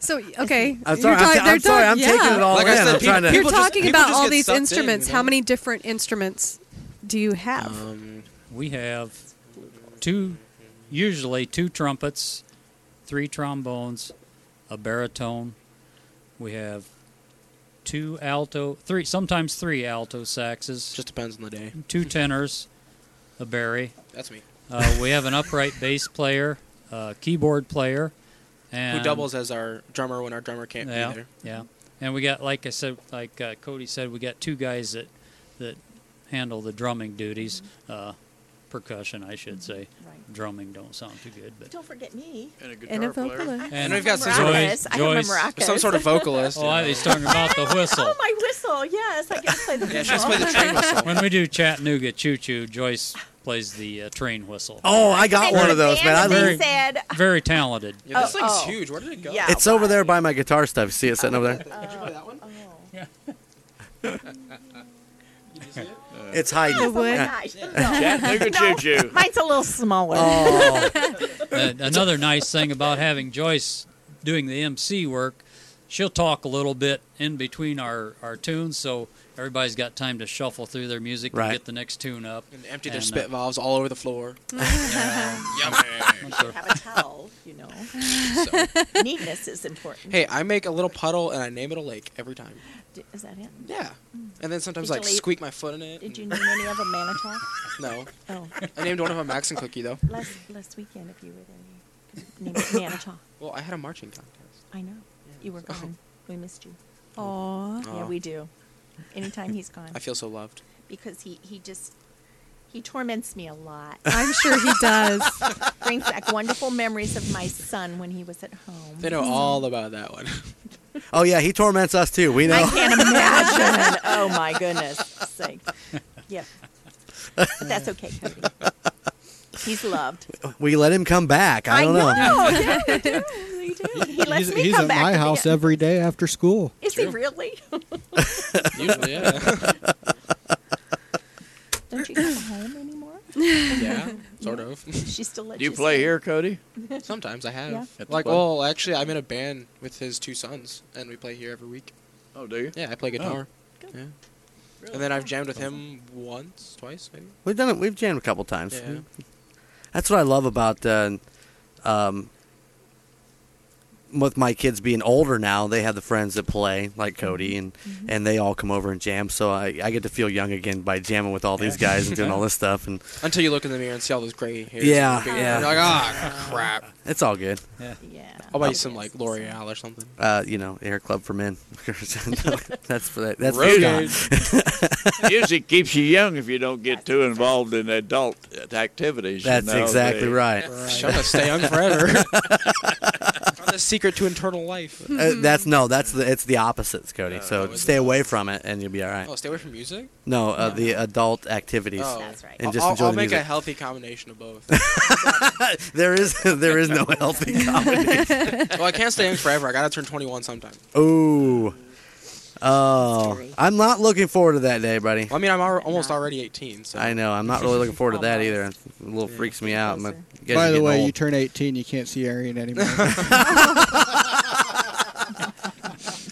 Speaker 6: So okay,
Speaker 5: I'm
Speaker 6: You're
Speaker 5: sorry, I'm
Speaker 6: talking-
Speaker 5: ta-
Speaker 6: they're
Speaker 5: I'm sorry, I'm
Speaker 6: talking-
Speaker 5: taking it all Like I in. said, I'm people- trying to-
Speaker 6: You're
Speaker 5: people just-
Speaker 6: talking
Speaker 5: people
Speaker 6: about
Speaker 5: just
Speaker 6: all
Speaker 5: get
Speaker 6: these
Speaker 5: sucked in,
Speaker 6: instruments.
Speaker 5: you
Speaker 6: How
Speaker 5: know?
Speaker 6: many different instruments do you have?
Speaker 11: Um, We have two, usually two trumpets, three trombones, a baritone. We have two alto, three sometimes three alto saxes. Just
Speaker 10: depends on the day.
Speaker 11: Two tenors, a berry.
Speaker 10: That's me.
Speaker 11: Uh, we have an upright bass player, a keyboard player, and
Speaker 10: Who doubles as our drummer when our drummer can't
Speaker 11: yeah,
Speaker 10: be there?
Speaker 11: Yeah, and we got like I said, like uh, Cody said, we got two guys that that handle the drumming duties, uh, percussion, I should say.
Speaker 9: Mm-hmm. Right.
Speaker 11: Drumming don't sound too good, but
Speaker 9: Don't forget me.
Speaker 12: And a
Speaker 9: guitar
Speaker 6: vocalist.
Speaker 9: I have a maracas. I have a maracas.
Speaker 11: Oh, I- he's talking about the whistle.
Speaker 9: Oh, my whistle. Yes, I get to play the whistle.
Speaker 11: When we do Chattanooga Choo Choo, Joyce plays the uh, train whistle.
Speaker 5: Oh, I got one of those, man. I
Speaker 11: very,
Speaker 5: learned-
Speaker 11: very talented.
Speaker 10: Yeah, this
Speaker 9: Oh,
Speaker 10: thing's
Speaker 9: oh.
Speaker 10: huge. Where did it go?
Speaker 9: Yeah.
Speaker 5: It's over there by my guitar stuff. See it sitting over there?
Speaker 10: Did you buy that
Speaker 9: uh,
Speaker 10: one?
Speaker 5: It's hiding.
Speaker 9: Yes, oh my
Speaker 5: Yeah.
Speaker 9: gosh.
Speaker 5: Chattanooga
Speaker 9: No,
Speaker 5: choo-choo.
Speaker 9: Mine's a little smaller.
Speaker 11: Oh. Uh, another nice thing about having Joyce doing the MC work, she'll talk a little bit in between our, our tunes, so everybody's got time to shuffle through their music
Speaker 10: Right.
Speaker 11: and get the next tune up.
Speaker 10: And empty their
Speaker 11: And, uh,
Speaker 10: spit valves all over the floor.
Speaker 11: Yummy.
Speaker 9: Have a towel, you know. Neatness is important.
Speaker 10: Hey, I make a little puddle and I name it a lake every time.
Speaker 9: D- Is that it?
Speaker 10: Yeah. And then sometimes
Speaker 9: Did you
Speaker 10: like
Speaker 9: leave-
Speaker 10: squeak my foot in it.
Speaker 9: Did you name any of them Manitowoc?
Speaker 10: No.
Speaker 9: Oh.
Speaker 10: I named one of them Max and Cookie though.
Speaker 9: Last last weekend, if you were there, you could have named it Manitowoc.
Speaker 10: Well, I had a marching contest.
Speaker 9: I know. You were gone. We missed you.
Speaker 6: Aw.
Speaker 9: Yeah, we do. Anytime he's gone.
Speaker 10: I feel so loved.
Speaker 9: because he he just he torments me a lot.
Speaker 6: I'm sure he does.
Speaker 9: Brings back wonderful memories of my son when he was at home.
Speaker 10: They know all about that one.
Speaker 5: Oh yeah, he torments us too. We know.
Speaker 9: I can't imagine. oh my goodness sake. Yep. But that's okay, Cody. He's loved.
Speaker 5: we let him come back. I don't know.
Speaker 9: yeah, we do. We do. He lets
Speaker 7: he's
Speaker 9: me
Speaker 7: he's
Speaker 9: come
Speaker 7: at
Speaker 9: back
Speaker 7: my
Speaker 9: to the
Speaker 7: house
Speaker 9: end.
Speaker 7: every day after school.
Speaker 9: Is he really?
Speaker 10: Usually, yeah.
Speaker 9: Don't you go home anymore?
Speaker 10: yeah, sort of.
Speaker 9: She still lets
Speaker 12: Do you
Speaker 9: you
Speaker 12: play
Speaker 9: stay.
Speaker 12: here, Cody?
Speaker 10: Sometimes I have.
Speaker 9: Yeah.
Speaker 12: At the
Speaker 10: Like,
Speaker 12: club?
Speaker 10: well, actually, I'm in a band with his two sons, and we play here every week.
Speaker 12: Oh, do you?
Speaker 10: Yeah, I play
Speaker 12: Oh.
Speaker 10: guitar. Yeah. And then I've jammed with him once, twice, maybe.
Speaker 5: We've done it. We've jammed a couple times.
Speaker 10: Yeah.
Speaker 5: That's what I love about uh, um, with my kids being older now. They have the friends that play like Cody,
Speaker 10: Mm-hmm.
Speaker 5: and
Speaker 9: Mm-hmm.
Speaker 5: and they all come over and jam. So I, I get to feel young again by jamming with all these
Speaker 10: Yeah.
Speaker 5: guys and doing all this stuff. And
Speaker 10: Until you look in the mirror and see all those gray hairs.
Speaker 5: Yeah,
Speaker 10: and beard,
Speaker 5: yeah.
Speaker 10: and You're like, ah, crap.
Speaker 5: it's all good.
Speaker 11: Yeah.
Speaker 9: Yeah.
Speaker 10: I'll buy you some like L'Oreal or something.
Speaker 5: Uh, you know, Air Club for Men. that's for that. That's for
Speaker 12: Rogan.
Speaker 5: Scott.
Speaker 12: Music keeps you young if you don't get too involved in adult activities. you
Speaker 5: That's
Speaker 12: know,
Speaker 5: exactly
Speaker 12: they-
Speaker 5: right.
Speaker 10: Shut up, stay young forever. Found the secret to eternal life.
Speaker 5: Uh, that's no. That's the. It's the opposites, Cody.
Speaker 10: No,
Speaker 5: so
Speaker 10: no, it's
Speaker 5: stay away from it, and you'll be all right.
Speaker 10: Oh, stay away from music.
Speaker 5: No, uh, the adult activities.
Speaker 10: Oh.
Speaker 5: And just
Speaker 10: I'll,
Speaker 5: enjoy
Speaker 10: I'll
Speaker 5: the
Speaker 10: make a
Speaker 5: music.
Speaker 10: healthy combination of both.
Speaker 5: there is there is no healthy combination.
Speaker 10: well, I can't stay young forever. I gotta turn 21 sometime.
Speaker 5: Ooh. Oh, I'm not looking forward to that day, buddy.
Speaker 10: Well, I mean, I'm al- almost already 18, so
Speaker 5: I know. I'm not really looking forward to that either. It a little freaks me out. My- you guys
Speaker 7: By
Speaker 5: are
Speaker 7: the
Speaker 5: getting
Speaker 7: way,
Speaker 5: old.
Speaker 7: you turn 18, you can't see Arian anymore.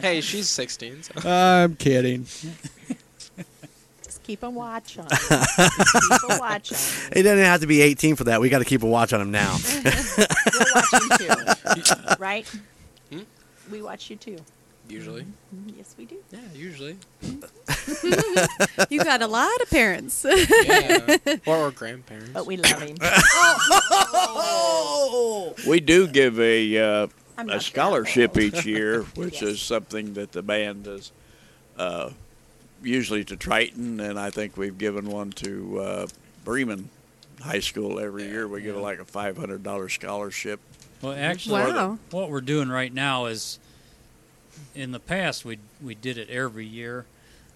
Speaker 10: hey, she's 16. So.
Speaker 7: I'm kidding.
Speaker 9: Just keep a watch on. him. keep a watch on. him.
Speaker 5: it doesn't have to be 18 for that. We got to keep a watch on him now.
Speaker 9: We'll watch you too, right? We watch you too.
Speaker 10: Hmm? Usually.
Speaker 9: Mhm, Yes, we do.
Speaker 10: Yeah, usually.
Speaker 6: you got a lot of parents.
Speaker 10: Yeah. or, or grandparents.
Speaker 9: But we love him.
Speaker 12: We do give a uh,
Speaker 9: I'm
Speaker 12: a
Speaker 9: not
Speaker 12: scholarship each year, which
Speaker 9: Yes.
Speaker 12: is something that the band does, uh, usually to Triton, and I think we've given one to uh, Bremen High School every year. We give like a five hundred dollar scholarship.
Speaker 11: Well, actually,
Speaker 6: Wow.
Speaker 11: what we're doing right now is, in the past we we did it every year,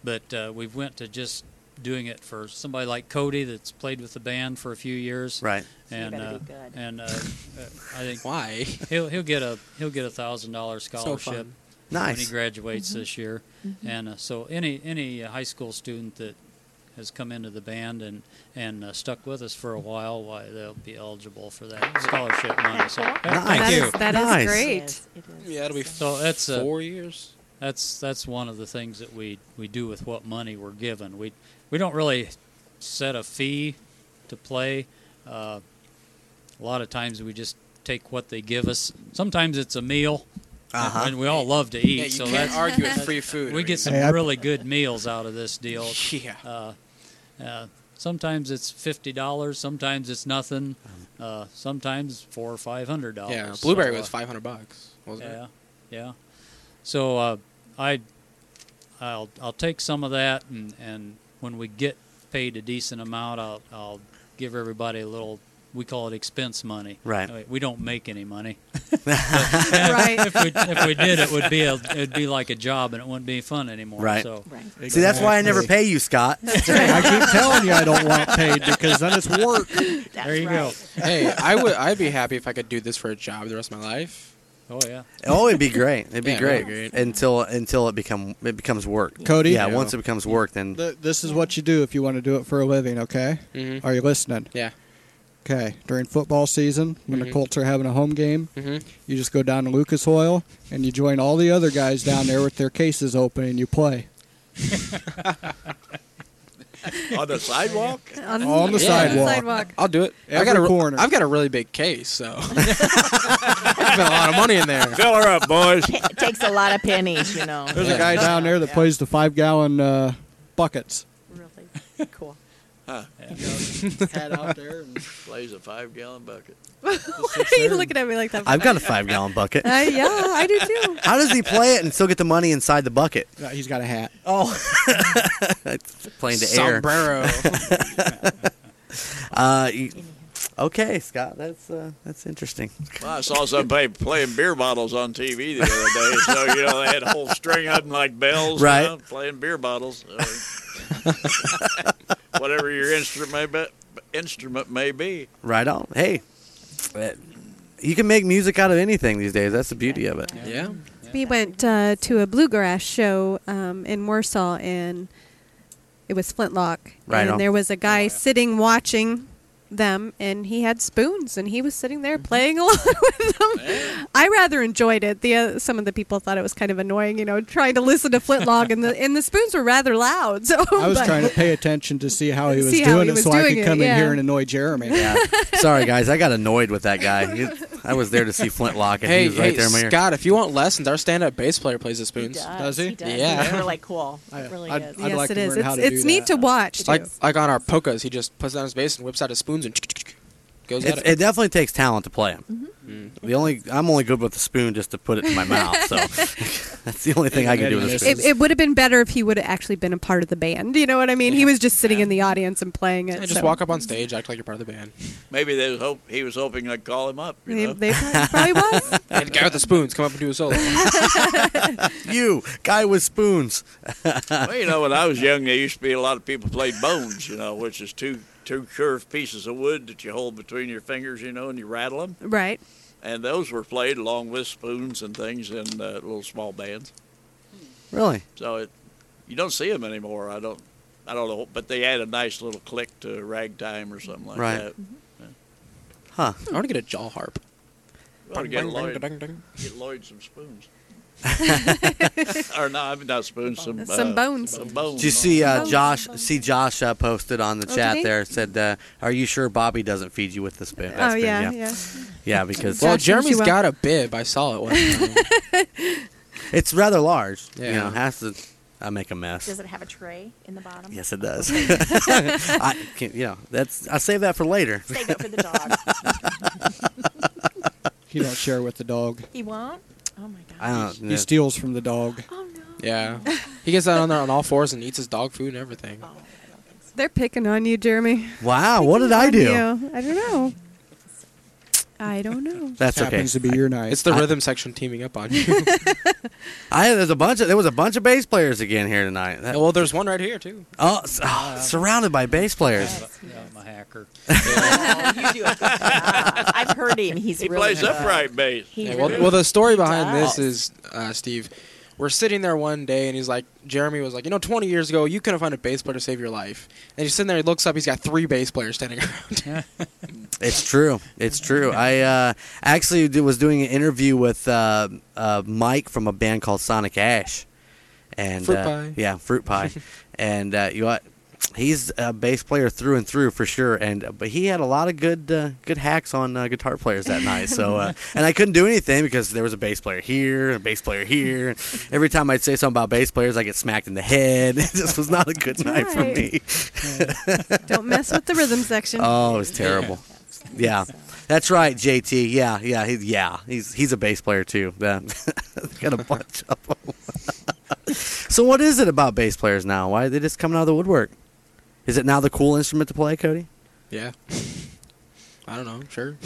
Speaker 11: but uh, we've went to just doing it for somebody like Cody that's played with the band for a few years,
Speaker 5: Right.
Speaker 9: You
Speaker 11: And
Speaker 9: better
Speaker 11: uh,
Speaker 9: be good.
Speaker 11: and uh, uh, I think
Speaker 10: Why?
Speaker 11: he'll he'll get a he'll get a thousand dollar scholarship.
Speaker 10: fun.
Speaker 11: when
Speaker 5: Nice.
Speaker 11: he graduates this year, and uh, so any any uh, high school student that has come into the band and and uh, stuck with us for a while, why they'll be eligible for that scholarship money. So,
Speaker 6: Nice.
Speaker 11: thank
Speaker 6: That
Speaker 11: you.
Speaker 6: is- that is Nice. great. It is,
Speaker 10: Yeah, it'll be
Speaker 11: so. That's a-
Speaker 10: four years.
Speaker 11: That's that's one of the things that we we do with what money we're given. We we don't really set a fee to play. Uh, a lot of times we just take what they give us. Sometimes it's a meal.
Speaker 10: Uh-huh.
Speaker 11: And we all love to eat,
Speaker 10: Yeah, you
Speaker 11: so
Speaker 10: can't
Speaker 11: that's,
Speaker 10: argue with
Speaker 11: that's-
Speaker 10: free food.
Speaker 11: We
Speaker 10: I mean-
Speaker 11: get some
Speaker 10: Hey, I-
Speaker 11: really good meals out of this deal.
Speaker 10: Yeah.
Speaker 11: Uh, uh, sometimes it's fifty dollars. Sometimes it's nothing. Uh, sometimes four or five hundred dollars. uh,
Speaker 10: Yeah, blueberry was 500 bucks, wasn't it?
Speaker 11: yeah, Yeah, So uh, I, I'll I'll take some of that, and, and when we get paid a decent amount, I'll I'll give everybody a little. We call it expense money.
Speaker 5: Right.
Speaker 11: Uh, We don't make any money. But, yeah,
Speaker 5: Right.
Speaker 11: If we, if we did, it would be a, it'd be like a job, and it wouldn't be fun anymore.
Speaker 5: Right.
Speaker 11: So.
Speaker 5: See, that's why I never pay you, Scott.
Speaker 7: I keep telling you I don't want paid because then it's work.
Speaker 11: there you go.
Speaker 10: hey, I would. I'd be happy if I could do this for a job the rest of my life.
Speaker 11: Oh yeah.
Speaker 5: Oh, it'd be great. It'd be
Speaker 10: Yeah,
Speaker 5: great.
Speaker 10: it'd be great.
Speaker 5: until until it become it becomes work.
Speaker 7: Cody?
Speaker 5: yeah,
Speaker 7: Yeah.
Speaker 5: once it becomes work, then
Speaker 7: Th- This is what you do if you want to do it for a living, okay?
Speaker 10: Mhm.
Speaker 7: Are you listening?
Speaker 10: Yeah.
Speaker 7: Okay. During football season, when the
Speaker 10: Mhm.
Speaker 7: Colts are having a home game,
Speaker 10: Mhm.
Speaker 7: you just go down to Lucas Oil and you join all the other guys down there with their cases open and you play.
Speaker 12: On the sidewalk?
Speaker 6: On,
Speaker 7: On the
Speaker 10: Yeah.
Speaker 7: sidewalk.
Speaker 10: I'll do it. I
Speaker 7: Every
Speaker 10: got a, re-
Speaker 7: corner.
Speaker 10: I've got a really big case, so I spent a lot of money in there.
Speaker 12: Fill her up, boys.
Speaker 9: It takes a lot of pennies, you
Speaker 10: Oh,
Speaker 9: know.
Speaker 7: There's a guy down there that plays the five gallon uh, buckets.
Speaker 9: Really cool.
Speaker 12: Huh.
Speaker 7: Hat out there and
Speaker 12: plays a five gallon bucket.
Speaker 6: Why are you looking at me like that?
Speaker 5: I've got a five gallon bucket.
Speaker 6: Uh, yeah, I do too.
Speaker 5: How does he play it and still get the money inside the bucket?
Speaker 7: No, Uh, he's got a hat.
Speaker 5: Oh, it's playing to
Speaker 10: Sombrero.
Speaker 5: air. uh, you- okay, Scott. That's uh, that's interesting.
Speaker 12: Well, I saw somebody playing beer bottles on TV the other day. So, you know, they had a whole string of them like bells, you
Speaker 5: Right.
Speaker 12: know, playing beer bottles. So, whatever your instrument may be. Instrument may be.
Speaker 5: Right on. Hey, uh, you can make music out of anything these days. That's the beauty of it.
Speaker 10: Yeah.
Speaker 6: We went uh, to a bluegrass show um, in Warsaw, and it was Flintlock.
Speaker 5: Right
Speaker 6: and
Speaker 5: on.
Speaker 6: there was a guy sitting watching them, and he had spoons, and he was sitting
Speaker 9: Mm-hmm.
Speaker 6: there playing along with them. I rather enjoyed it. The uh, some of the people thought it was kind of annoying, you know, trying to listen to Flintlock, and the and the spoons were rather loud. So
Speaker 7: I was
Speaker 6: but-
Speaker 7: trying to pay attention to see how he was
Speaker 6: See how
Speaker 7: doing
Speaker 6: he
Speaker 7: it
Speaker 6: was
Speaker 7: so I
Speaker 6: doing
Speaker 7: could
Speaker 6: it,
Speaker 7: come in
Speaker 6: yeah.
Speaker 7: here and annoy Jeremy.
Speaker 5: Yeah. Sorry, guys. I got annoyed with that guy. He- I was there to see Flintlock, and
Speaker 10: Hey,
Speaker 5: he was right
Speaker 10: hey,
Speaker 5: there. in my ear.
Speaker 10: Scott, if you want lessons, our stand-up bass player plays the spoons.
Speaker 7: Does he?
Speaker 9: does.
Speaker 10: Yeah.
Speaker 9: It's really cool. It really
Speaker 7: I'd-
Speaker 9: is.
Speaker 7: I'd
Speaker 6: yes,
Speaker 7: like
Speaker 6: it
Speaker 7: to
Speaker 6: is.
Speaker 7: learn how
Speaker 6: It's
Speaker 7: to do
Speaker 6: it's neat
Speaker 7: that.
Speaker 6: to watch.
Speaker 10: Like
Speaker 6: too.
Speaker 10: like on our pokas, he just puts down his bass and whips out his spoons and goes
Speaker 5: It's,
Speaker 10: at
Speaker 5: it
Speaker 10: it.
Speaker 5: definitely takes talent to play
Speaker 6: Mm-hmm.
Speaker 5: them.
Speaker 10: Mm-hmm.
Speaker 5: The only I'm only good with the spoon just to put it in my mouth. So that's the only thing I can do with a spoon.
Speaker 6: It, it would have been better if he would have actually been a part of the band. You know what I mean? He was just sitting in the audience and playing it.
Speaker 10: And just
Speaker 6: so.
Speaker 10: walk up on stage, act like you're part of the band.
Speaker 12: Maybe they was hope he was hoping I'd call him up. You
Speaker 6: They,
Speaker 12: know?
Speaker 6: they probably- probably was.
Speaker 10: and guy with the spoons, come up and do a solo.
Speaker 5: you guy with spoons.
Speaker 12: well, you know, when I was young, there used to be a lot of people played bones. You know, which is two two curved pieces of wood that you hold between your fingers. You know, and you rattle them.
Speaker 6: Right.
Speaker 12: And those were played along with spoons and things in uh, little small bands.
Speaker 5: Really?
Speaker 12: So it, you don't see them anymore. I don't, I don't know. But they had a nice little click to ragtime or something like
Speaker 5: Right. Mm-hmm.
Speaker 12: that.
Speaker 5: Huh?
Speaker 10: I want to get a jaw harp.
Speaker 12: We ought to get
Speaker 10: Ding, ding, ding,
Speaker 12: Lloyd,
Speaker 10: ding.
Speaker 12: get Lloyd some spoons. or no, I mean, not spoons. Some
Speaker 6: Some
Speaker 12: uh,
Speaker 6: bones.
Speaker 12: Some bones.
Speaker 5: Did you see uh,
Speaker 6: Bones,
Speaker 5: Josh? See Josh uh, posted on the
Speaker 6: Oh,
Speaker 5: chat
Speaker 6: did he?
Speaker 5: there said, uh, "Are you sure Bobby doesn't feed you with the spoon?" that
Speaker 6: oh
Speaker 5: spoon?
Speaker 6: yeah, yeah.
Speaker 5: Yeah, because
Speaker 10: Well,
Speaker 6: Josh, you
Speaker 10: Jeremy's
Speaker 6: well.
Speaker 10: got a bib. I saw it. One time.
Speaker 5: it's rather large. You
Speaker 10: Yeah.
Speaker 5: know, has to. I make a mess.
Speaker 9: Does it have a tray in the bottom?
Speaker 5: Yes, it does. I can, you know, that's I save that for later.
Speaker 9: Save it for the dog.
Speaker 7: He don't share with the dog.
Speaker 9: he won't. Oh my god.
Speaker 5: I don't.
Speaker 7: He steals from the dog.
Speaker 9: Oh no.
Speaker 10: yeah, he gets out on there on all fours and eats his dog food and everything.
Speaker 9: Oh, I don't think so.
Speaker 6: They're picking on you, Jeremy.
Speaker 5: Wow, what did I
Speaker 6: On
Speaker 5: do?
Speaker 6: you. I don't know. I don't know.
Speaker 5: That's okay.
Speaker 7: happens to be your night.
Speaker 10: It's the
Speaker 5: I-
Speaker 10: rhythm section teaming up on you.
Speaker 5: I there's a bunch of there was a bunch of bass players again here tonight. That-
Speaker 10: well, there's one right here too.
Speaker 5: oh, s- oh,
Speaker 10: Uh,
Speaker 5: surrounded by bass players.
Speaker 9: Yes, he
Speaker 11: Yeah,
Speaker 9: does.
Speaker 11: I'm a hacker.
Speaker 9: Oh, you do a good job. I've heard him. He's
Speaker 12: He
Speaker 9: really
Speaker 12: plays
Speaker 9: good.
Speaker 12: upright bass.
Speaker 9: He
Speaker 10: Yeah,
Speaker 9: really
Speaker 10: well, well, the story behind
Speaker 9: does.
Speaker 10: this is uh, Steve. We're sitting there one day, and he's like, Jeremy was like, you know, 20 years ago, you couldn't find a bass player to save your life. And he's sitting there, he looks up, he's got three bass players standing around.
Speaker 5: It's true. It's true. I uh, actually d- was doing an interview with uh, uh, Mike from a band called Sonic Ash, and
Speaker 10: Fruit
Speaker 5: uh,
Speaker 10: Pie.
Speaker 5: yeah, Fruit Pie, and uh, you know, what? he's a bass player through and through for sure. And but he had a lot of good uh, good hacks on uh, guitar players that night. So uh, and I couldn't do anything because there was a bass player here, a bass player here. Every time I'd say something about bass players, I get smacked in the head. It just was not a good night for
Speaker 6: Right.
Speaker 5: me.
Speaker 6: Don't mess with the rhythm section.
Speaker 5: Oh, it was terrible. Yeah, that's right, JT. Yeah, yeah, he, yeah. He's he's a bass player too. Yeah. Got a bunch of them. so, what is it about bass players now? Why are they just coming out of the woodwork? Is it now the cool instrument to play, Cody?
Speaker 10: yeah. I don't know, sure.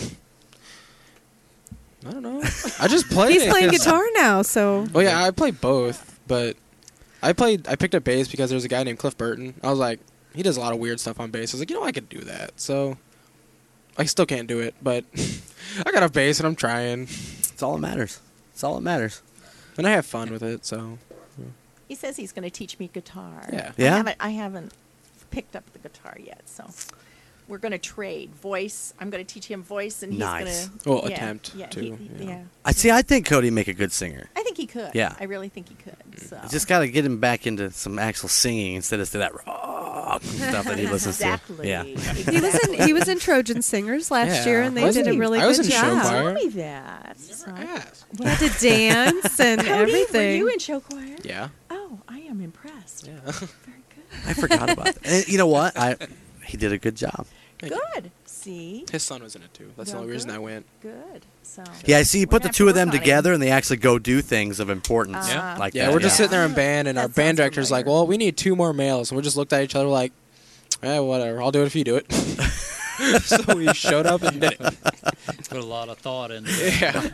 Speaker 10: I don't know. I just play
Speaker 6: He's
Speaker 10: it
Speaker 6: playing
Speaker 10: 'cause-
Speaker 6: guitar now, so
Speaker 10: Oh yeah, I play both, but I played I picked up bass because there's a guy named Cliff Burton. I was like, he does a lot of weird stuff on bass. I was like, you know, I could do that. So I still can't do it, but I got a bass and I'm trying. It's
Speaker 5: all that matters. It's all that matters.
Speaker 10: And I have fun with it, so
Speaker 9: He says he's going to teach me guitar.
Speaker 10: Yeah.
Speaker 5: Yeah?
Speaker 9: I haven't, I haven't picked up the guitar yet, so we're going to trade voice. I'm going to teach him voice, and he's
Speaker 5: Nice.
Speaker 9: going
Speaker 5: Well,
Speaker 9: yeah,
Speaker 5: attempt
Speaker 9: yeah,
Speaker 5: to,
Speaker 9: he- he-
Speaker 5: yeah.
Speaker 9: yeah.
Speaker 5: I see. I think Cody make a good singer.
Speaker 9: I think he could.
Speaker 5: Yeah.
Speaker 9: I really think he could. So.
Speaker 5: You just got to get him back into some actual singing instead of that rock stuff that he listens to.
Speaker 9: Exactly.
Speaker 5: Yeah.
Speaker 6: he was in he was in Trojan Singers last
Speaker 5: Yeah.
Speaker 6: year, and they
Speaker 5: Was
Speaker 6: did
Speaker 5: he?
Speaker 6: a really
Speaker 5: I was
Speaker 6: good
Speaker 5: in show
Speaker 6: job.
Speaker 5: choir.
Speaker 9: Tell me that. So-
Speaker 6: We had to dance and
Speaker 9: Cody,
Speaker 6: everything.
Speaker 9: Were you in show choir?
Speaker 10: Yeah.
Speaker 9: Oh, I am impressed.
Speaker 10: Yeah.
Speaker 5: I forgot about that. And you know what? I he did a good job.
Speaker 9: Good. See.
Speaker 10: His son was in it too. That's the
Speaker 9: Well,
Speaker 10: only reason
Speaker 9: good.
Speaker 10: I went.
Speaker 9: Good. So.
Speaker 5: Yeah, I see. You
Speaker 9: We're
Speaker 5: put the
Speaker 9: gonna
Speaker 5: two
Speaker 9: have
Speaker 5: of
Speaker 9: to
Speaker 5: them
Speaker 9: work on it.
Speaker 5: together, and they actually go do things of importance.
Speaker 9: Yeah.
Speaker 5: like
Speaker 10: yeah,
Speaker 5: that,
Speaker 10: we're just sitting there in band, and our band director's like, "Well, we need two more males," and we just looked at each other like, "Yeah, whatever. I'll do it if you do it." so we showed up and did it.
Speaker 11: Put a lot of thought into it.
Speaker 10: Yeah,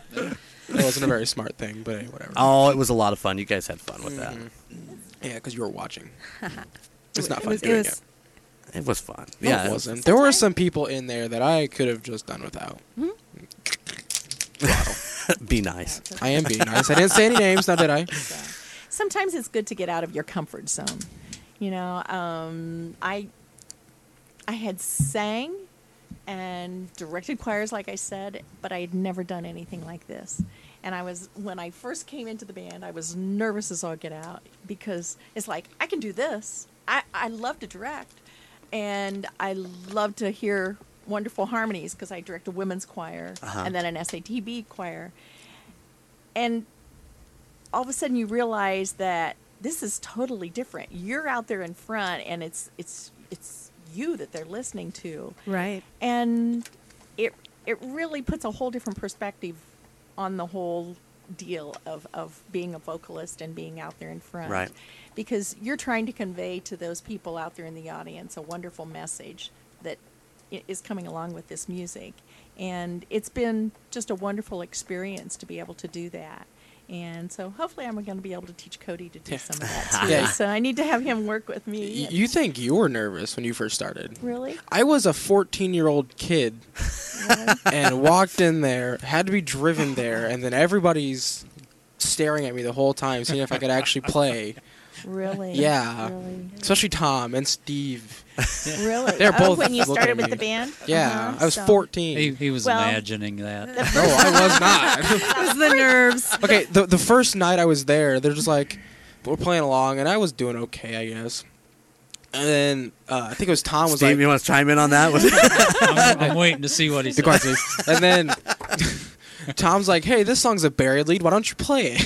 Speaker 10: it wasn't a very smart thing, but hey, whatever. Mm-hmm.
Speaker 5: Oh, it was a lot of fun. You guys had fun with that.
Speaker 10: Yeah, because you were watching. It's not
Speaker 6: It
Speaker 10: fun
Speaker 6: was- it
Speaker 10: doing it.
Speaker 6: was-
Speaker 5: It was fun.
Speaker 10: No,
Speaker 5: yeah,
Speaker 10: it wasn't. There were some people in there that I could have just done without.
Speaker 5: Be nice.
Speaker 10: I am being nice. I didn't say any names, now did I?
Speaker 9: sometimes it's good to get out of your comfort zone. You know, um, I I had sang and directed choirs, like I said, but I had never done anything like this. And I was when I first came into the band, I was nervous as all get out because it's like I can do this. I I love to direct, and I love to hear wonderful harmonies because I direct a women's choir
Speaker 13: Uh-huh.
Speaker 9: and then an SATB choir, and all of a sudden you realize that this is totally different. You're out there in front, and it's it's it's you that they're listening to,
Speaker 6: Right.
Speaker 9: and it it really puts a whole different perspective on the whole deal of of being a vocalist and being out there in front,
Speaker 5: Right.
Speaker 9: Because you're trying to convey to those people out there in the audience a wonderful message that i- is coming along with this music, and it's been just a wonderful experience to be able to do that. And so hopefully I'm going to be able to teach Cody to do some of that too.
Speaker 10: Yeah.
Speaker 9: So I need to have him work with me.
Speaker 10: Y- You think you were nervous when you first started?
Speaker 9: Really?
Speaker 10: I was a 14 year old kid and walked in there, had to be driven there, and then everybody's staring at me the whole time, seeing if I could actually play.
Speaker 9: Really?
Speaker 10: Yeah.
Speaker 9: Really?
Speaker 10: Especially Tom and Steve.
Speaker 9: Really?
Speaker 10: They're
Speaker 9: Oh,
Speaker 10: both
Speaker 9: when you
Speaker 10: looking
Speaker 9: started
Speaker 10: at
Speaker 9: with
Speaker 10: me.
Speaker 9: the band?
Speaker 10: Yeah,
Speaker 9: Uh-huh,
Speaker 10: I was
Speaker 9: so-
Speaker 10: 14.
Speaker 11: He, he was
Speaker 9: Well,
Speaker 11: imagining that.
Speaker 9: the
Speaker 10: No,
Speaker 9: first-
Speaker 10: I was not.
Speaker 6: It was the nerves.
Speaker 10: okay, the the first night I was there, they're just like, we're playing along, and I was doing okay, I guess. And then uh, I think it was Tom was
Speaker 5: Steve,
Speaker 10: like,
Speaker 5: you want to chime in on that?
Speaker 11: I'm waiting to see what he
Speaker 10: the
Speaker 11: says.
Speaker 10: choices. and then Tom's like, hey, this song's a buried lead. Why don't you play it?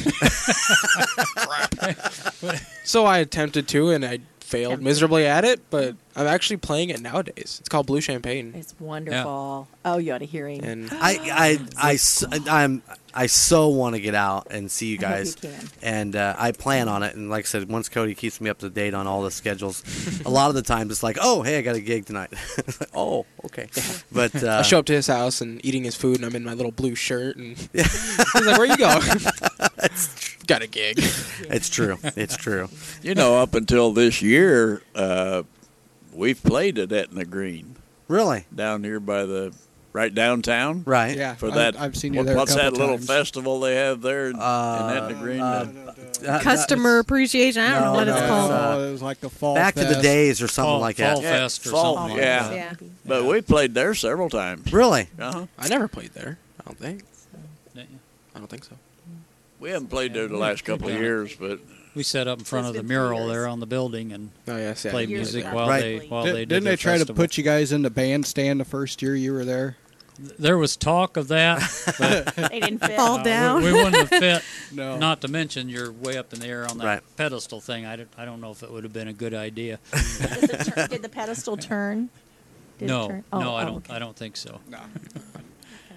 Speaker 10: so I attempted to, and I failed miserably at it. But I'm actually playing it nowadays. It's called Blue Champagne.
Speaker 9: It's wonderful. Oh, you ought to hear him.
Speaker 10: And
Speaker 5: I, I, I, s- I'm, I so want to get out and see you
Speaker 9: I hope
Speaker 5: guys.
Speaker 9: you can.
Speaker 5: And uh, I plan on it. And like I said, once Cody keeps me up to date on all the schedules, a lot of the times it's like, oh, hey, I got a gig tonight. It's like, oh, okay. But uh,
Speaker 10: I show up to his house and eating his food, and I'm in my little blue shirt, and he's like, "Where you going?" Got a gig.
Speaker 5: It's true. It's true.
Speaker 12: You know, up until this year, uh, we've played at Etna Green
Speaker 5: Really?
Speaker 12: down here by the right downtown.
Speaker 5: Right. Yeah,
Speaker 12: For
Speaker 5: I've-
Speaker 12: that,
Speaker 5: I've seen you
Speaker 12: what-
Speaker 5: there a
Speaker 12: What's
Speaker 5: couple
Speaker 12: that little
Speaker 5: times.
Speaker 12: festival they have there in, in Etna Green? Uh,
Speaker 6: Customer appreciation. I don't know what it's called.
Speaker 7: it was like the fall.
Speaker 5: Uh, Back to the
Speaker 12: Fest.
Speaker 5: days or something like that.
Speaker 12: Yeah, fall, yeah. But we played there several times.
Speaker 5: Really?
Speaker 12: Uh-huh.
Speaker 10: I never played there. I don't think. I don't think so.
Speaker 12: We haven't played there the last couple of years, but
Speaker 11: We set up in front of the mural there on the building and
Speaker 7: Oh,
Speaker 11: played music while they while
Speaker 7: Did,
Speaker 11: they did
Speaker 7: not
Speaker 11: their
Speaker 7: they try
Speaker 11: festival.
Speaker 7: to put you guys in the bandstand the first year you were there?
Speaker 11: There was talk of that. But
Speaker 7: They didn't fit.
Speaker 11: Uh,
Speaker 7: Fall
Speaker 11: we-
Speaker 7: down.
Speaker 11: We, wouldn't have fit.
Speaker 7: No.
Speaker 11: Not to mention you're way up in the air on that
Speaker 5: Right.
Speaker 11: pedestal thing. I don't, I don't know if it would have been a good idea.
Speaker 9: Does it turn, did the pedestal turn? Did it
Speaker 11: no,
Speaker 9: turn? Oh,
Speaker 11: no, I
Speaker 9: oh,
Speaker 11: don't.
Speaker 9: okay.
Speaker 11: I don't think so.
Speaker 7: No.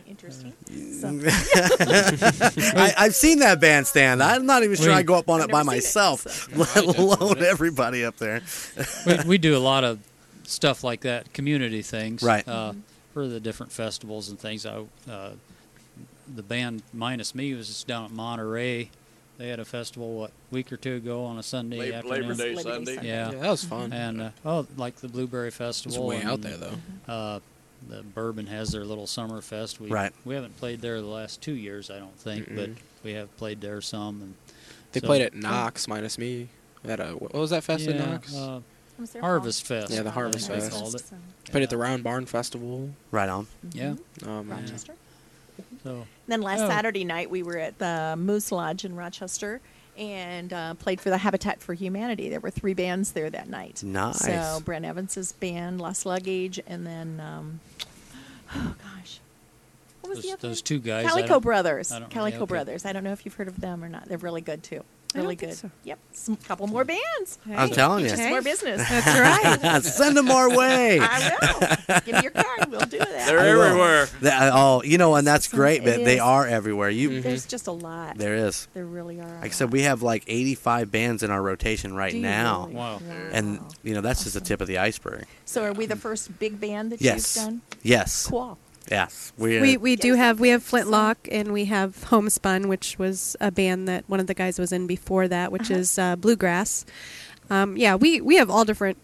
Speaker 9: Interesting.
Speaker 5: I, I've seen that bandstand. I'm not even sure
Speaker 11: We-
Speaker 5: I go up on it
Speaker 11: I've
Speaker 5: by
Speaker 11: never seen it,
Speaker 5: myself,
Speaker 11: so.
Speaker 5: let
Speaker 11: No, I don't.
Speaker 5: alone everybody up there.
Speaker 11: we, we do a lot of stuff like that, community things,
Speaker 5: Right.
Speaker 11: Uh, for the different festivals and things. I, uh, the band minus me was just down at Monterey. They had a festival what week or two ago on a Sunday
Speaker 12: Lab-
Speaker 11: afternoon.
Speaker 12: Labor Day Labor Day Sunday. Sunday.
Speaker 11: Yeah.
Speaker 12: Yeah, that was fun.
Speaker 11: And uh, oh, like the Blueberry Festival.
Speaker 10: way
Speaker 11: and,
Speaker 10: out there, though.
Speaker 11: Uh, the Bourbon has their little summer fest. We,
Speaker 10: Right.
Speaker 11: We haven't played there the last two years, I don't think, but
Speaker 10: Mm-mm.
Speaker 11: we have played there some. And
Speaker 10: They
Speaker 11: so-
Speaker 10: played at Knox minus me. At a what was that fest at
Speaker 11: Yeah,
Speaker 10: Knox?
Speaker 11: uh,
Speaker 9: Was there
Speaker 11: Harvest Fest.
Speaker 10: Yeah, the
Speaker 11: I
Speaker 10: Harvest
Speaker 11: think they
Speaker 10: Fest.
Speaker 11: called it. Mm-hmm.
Speaker 10: Played at the Round Barn Festival.
Speaker 5: Right on.
Speaker 11: Yeah.
Speaker 10: Oh man.
Speaker 9: Rochester.
Speaker 11: So
Speaker 9: Then last
Speaker 11: Oh.
Speaker 9: Saturday night, we were at the Moose Lodge in Rochester and uh, played for the Habitat for Humanity. There were three bands there that night.
Speaker 5: Nice.
Speaker 9: So Brent Evans's band, Lost Luggage, and then um, oh gosh, what was
Speaker 11: those,
Speaker 9: the other?
Speaker 11: those two guys. I
Speaker 9: Calico
Speaker 11: don't-
Speaker 9: Brothers.
Speaker 11: I don't really-
Speaker 9: Calico
Speaker 11: okay.
Speaker 9: Brothers. I don't know if you've heard of them or not. They're really good too.
Speaker 6: I don't
Speaker 9: Really
Speaker 6: think
Speaker 9: good.
Speaker 6: so.
Speaker 9: Yep. Some couple more bands.
Speaker 5: I'm telling you.
Speaker 9: Just more business.
Speaker 5: Send them our way.
Speaker 9: I will. Give me your card. We'll do that.
Speaker 5: I will. They- oh, you know, and that's great. But
Speaker 9: it
Speaker 5: they
Speaker 9: is.
Speaker 5: are everywhere. You,
Speaker 9: There's just a lot.
Speaker 5: There is.
Speaker 9: There really are. a
Speaker 5: Like I said, we have like 85 bands in our rotation right
Speaker 9: Do you
Speaker 5: now.
Speaker 9: really? Wow. Wow.
Speaker 5: And you know, that's just the tip of the iceberg.
Speaker 9: So are we the first big band that
Speaker 5: Mm. Yes.
Speaker 9: you've done?
Speaker 5: Yes.
Speaker 9: Cool.
Speaker 5: Yes. We're,
Speaker 6: We we do have we have Flintlock and we have Homespun, which was a band that one of the guys was in before that, which is uh, bluegrass. Um, yeah, we we have all different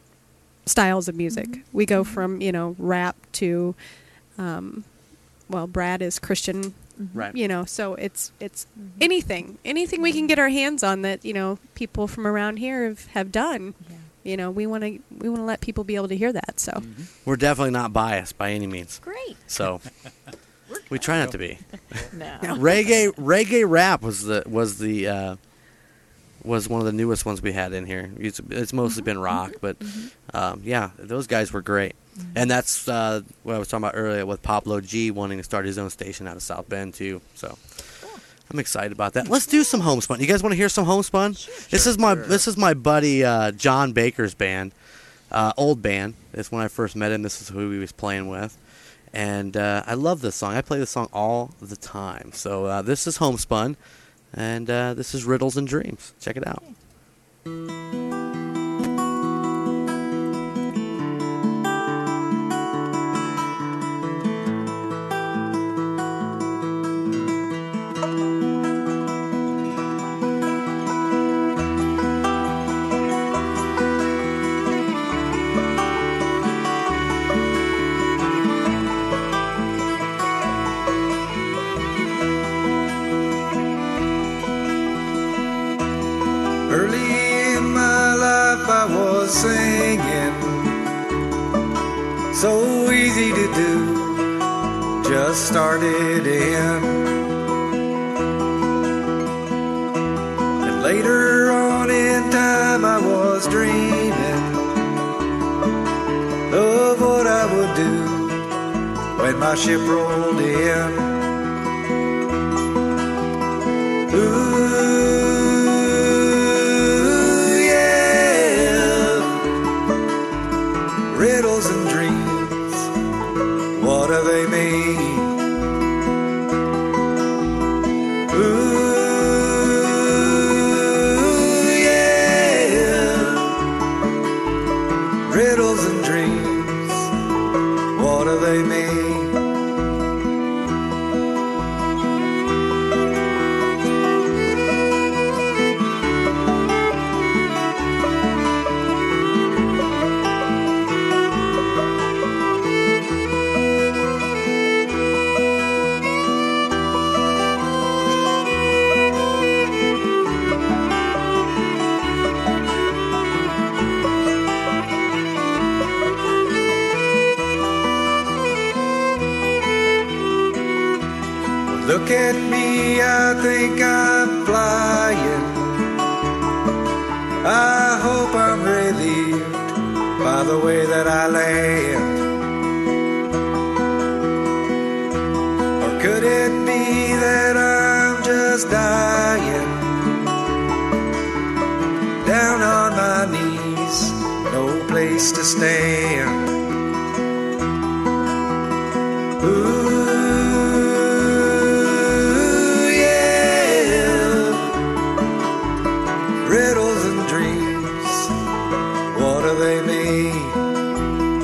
Speaker 6: styles of music. We go from you know rap to, um, well, Brad is Christian,
Speaker 5: Right.
Speaker 6: You know, so it's it's anything anything we can get our hands on that you know people from around here have, have done. You know, we want to we want to let people be able to hear that. So.
Speaker 5: we're definitely not biased by any means.
Speaker 9: Great.
Speaker 5: So we try not to be.
Speaker 9: No.
Speaker 5: reggae reggae rap was the was the uh, was one of the newest ones we had in here. It's, it's mostly
Speaker 9: Mm-hmm.
Speaker 5: been rock, but um, yeah, those guys were great.
Speaker 9: Mm-hmm.
Speaker 5: And that's uh, what I was talking about earlier with Pablo G wanting to start his own station out of South Bend too. So I'm excited about that. Let's do some homespun. You guys want to hear some homespun? this is my this is my buddy uh, John Baker's band, uh, old band. That's when I first met him. This is who he was playing with, and uh, I love this song. I play this song all the time. So uh, this is homespun, and uh, this is riddles and dreams. Check it out.
Speaker 13: Early in my life I was singing So easy to do Just started in And later on in time I was dreaming Of what I would do When my ship rolled in Ooh, yeah. Riddles and dreams, what do they mean? Ooh, yeah. Riddles and dreams, what do they mean?
Speaker 15: Look at me, I think I'm flying. I hope I'm relieved by the way that I land. Or could it be that I'm just dying? Down on my knees, no place to stand. Ooh, yeah. Riddles and dreams, what do they mean?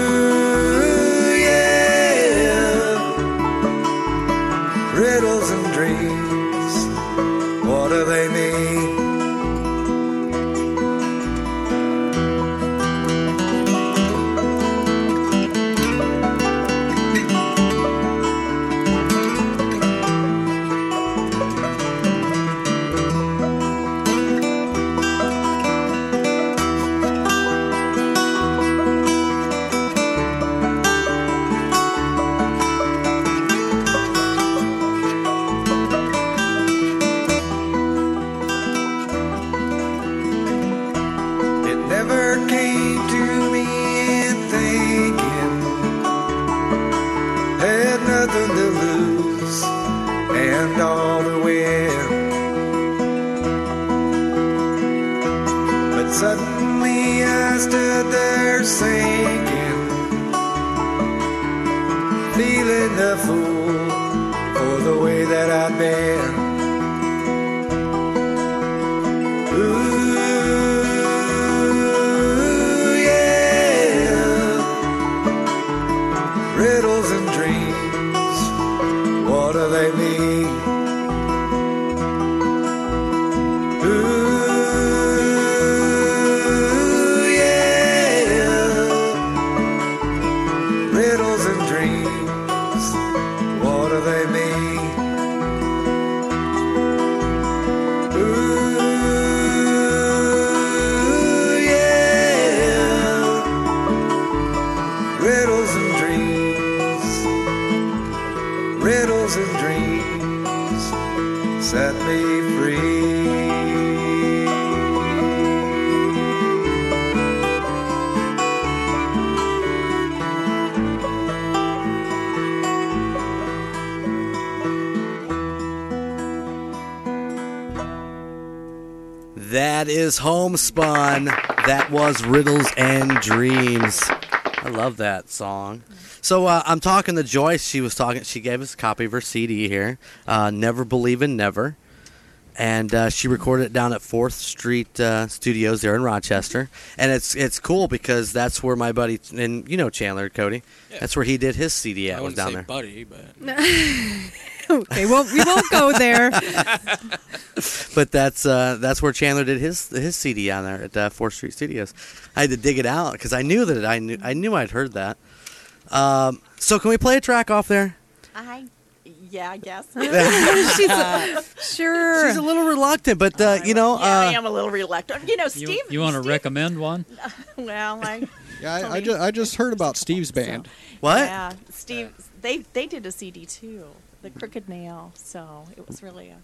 Speaker 15: Ooh, yeah. Riddles and dreams, what do they mean? It never came to me in thinking. Had nothing to lose and all to win. But suddenly I stood there sinking, feeling a fool for the way that I'd been. Ooh, yeah. Riddles and dreams, what do they mean? Ooh, yeah. Riddles and dreams, what do they mean? Ooh, yeah. Riddles and dreams, riddles and dreams set me free.
Speaker 5: That is Homespun. That was Riddles and Dreams. I love that song. So uh, I'm talking to Joyce. She was talking. She gave us a copy of her CD here. Uh, Never Believe in Never, and uh, she recorded it down at Fourth Street uh, Studios there in Rochester. And it's it's cool because that's where my buddy and you know Chandler Cody. That's where he did his CD at.
Speaker 10: I
Speaker 5: was
Speaker 10: wouldn't
Speaker 5: down
Speaker 10: say
Speaker 5: there.
Speaker 10: buddy, but
Speaker 6: okay, well, we won't go there.
Speaker 5: but that's uh, that's where Chandler did his his CD on there at uh, Fourth Street Studios. I had to dig it out because I knew that it, I knew I knew I'd heard that. Um, so can we play a track off there?
Speaker 9: I, yeah, I guess.
Speaker 6: She's a- sure.
Speaker 5: She's a little reluctant, but uh, you know,
Speaker 9: yeah, Oh, I
Speaker 5: uh,
Speaker 9: am a little reluctant. You know, Steve.
Speaker 14: You, you want to recommend one?
Speaker 9: well, I.
Speaker 7: Yeah, I, I,
Speaker 9: Tony-
Speaker 7: just, I just heard about Steve's band.
Speaker 5: what?
Speaker 9: Yeah, Steve. They they did a CD too, the Crooked Nail. So it was really a.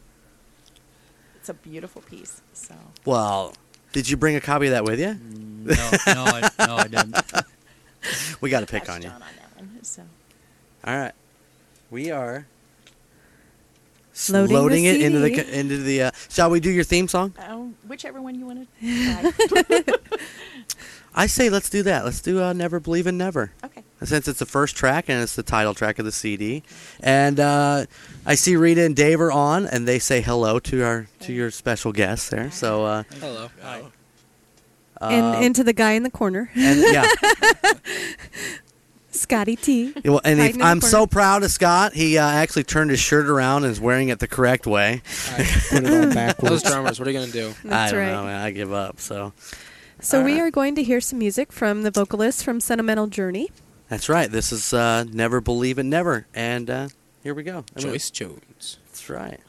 Speaker 9: It's a beautiful piece. So
Speaker 5: Well, did you bring a copy of that with you?
Speaker 14: No, no, I, no, I didn't.
Speaker 5: We got to
Speaker 9: that's
Speaker 5: pick on you.
Speaker 9: John on that one. So
Speaker 5: All right, we are
Speaker 6: Loading the
Speaker 5: it into the
Speaker 6: CD.
Speaker 5: co- into the. Uh, shall we do your theme song?
Speaker 9: um, whichever one you want to. try.
Speaker 5: I say let's do that. Let's do uh, Never Believe in Never.
Speaker 9: okay.
Speaker 5: since it's the first track and it's the title track of the CD. And uh, I see Rita and Dave are on, and they say hello to our to your special guest there. So uh,
Speaker 10: hello.
Speaker 5: uh,
Speaker 6: and into the guy in the corner,
Speaker 5: and yeah,
Speaker 6: Scotty T.
Speaker 5: Yeah, well, and
Speaker 6: Hiding
Speaker 5: if,
Speaker 6: in the
Speaker 5: I'm so
Speaker 6: corner.
Speaker 5: proud of Scott. He uh, actually turned his shirt around and is wearing it the correct way.
Speaker 7: I put it on
Speaker 10: Those
Speaker 7: backwards.
Speaker 10: drummers, what are you gonna do?
Speaker 5: I
Speaker 6: That's
Speaker 5: don't
Speaker 6: right.
Speaker 5: know, man. I give up. So
Speaker 6: So we
Speaker 5: Alright.
Speaker 6: are going to hear some music from the vocalist from Sentimental Journey.
Speaker 5: that's right. This is uh, Never Believe It Never, and uh, here we go. I mean,
Speaker 10: Joyce Jones.
Speaker 5: That's right.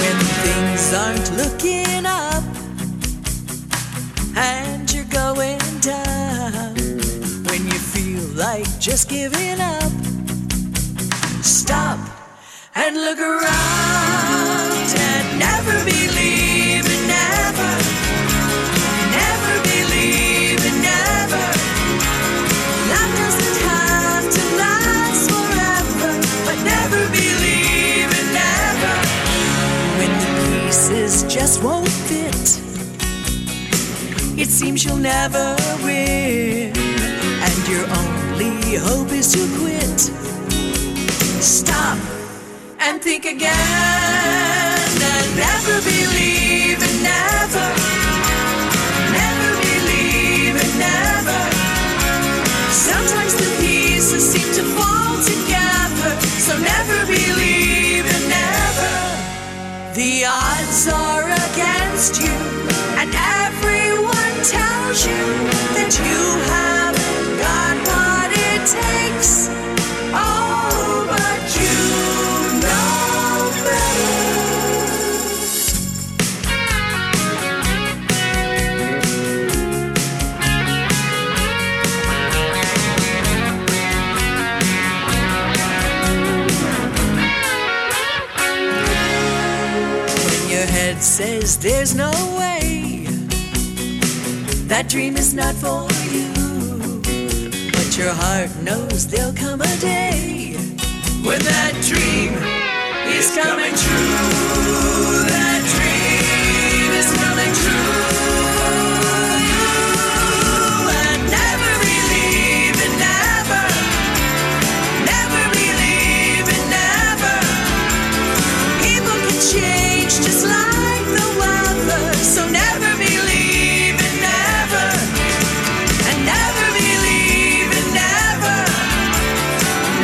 Speaker 16: When things aren't looking up,
Speaker 14: like just giving up. Stop and look around and never believe in never. Never believe in never. Love doesn't have to last forever, but never believe in never. When the pieces just won't fit, it seems you'll never win. And your only hope is to quit. Stop and think again. And never believe in never. Never believe in never. Sometimes the pieces seem to fall together. So never believe in never. The odds are against you, and everyone tells you that you haven't got what it takes. Oh, but you know better. When your head says there's no way, that dream is not for you. But your heart knows there'll come a day when that dream is coming true. That dream is coming true. And never believe in never. Never believe in never. People can change just like the weather, so never believe in never, and never believe in never,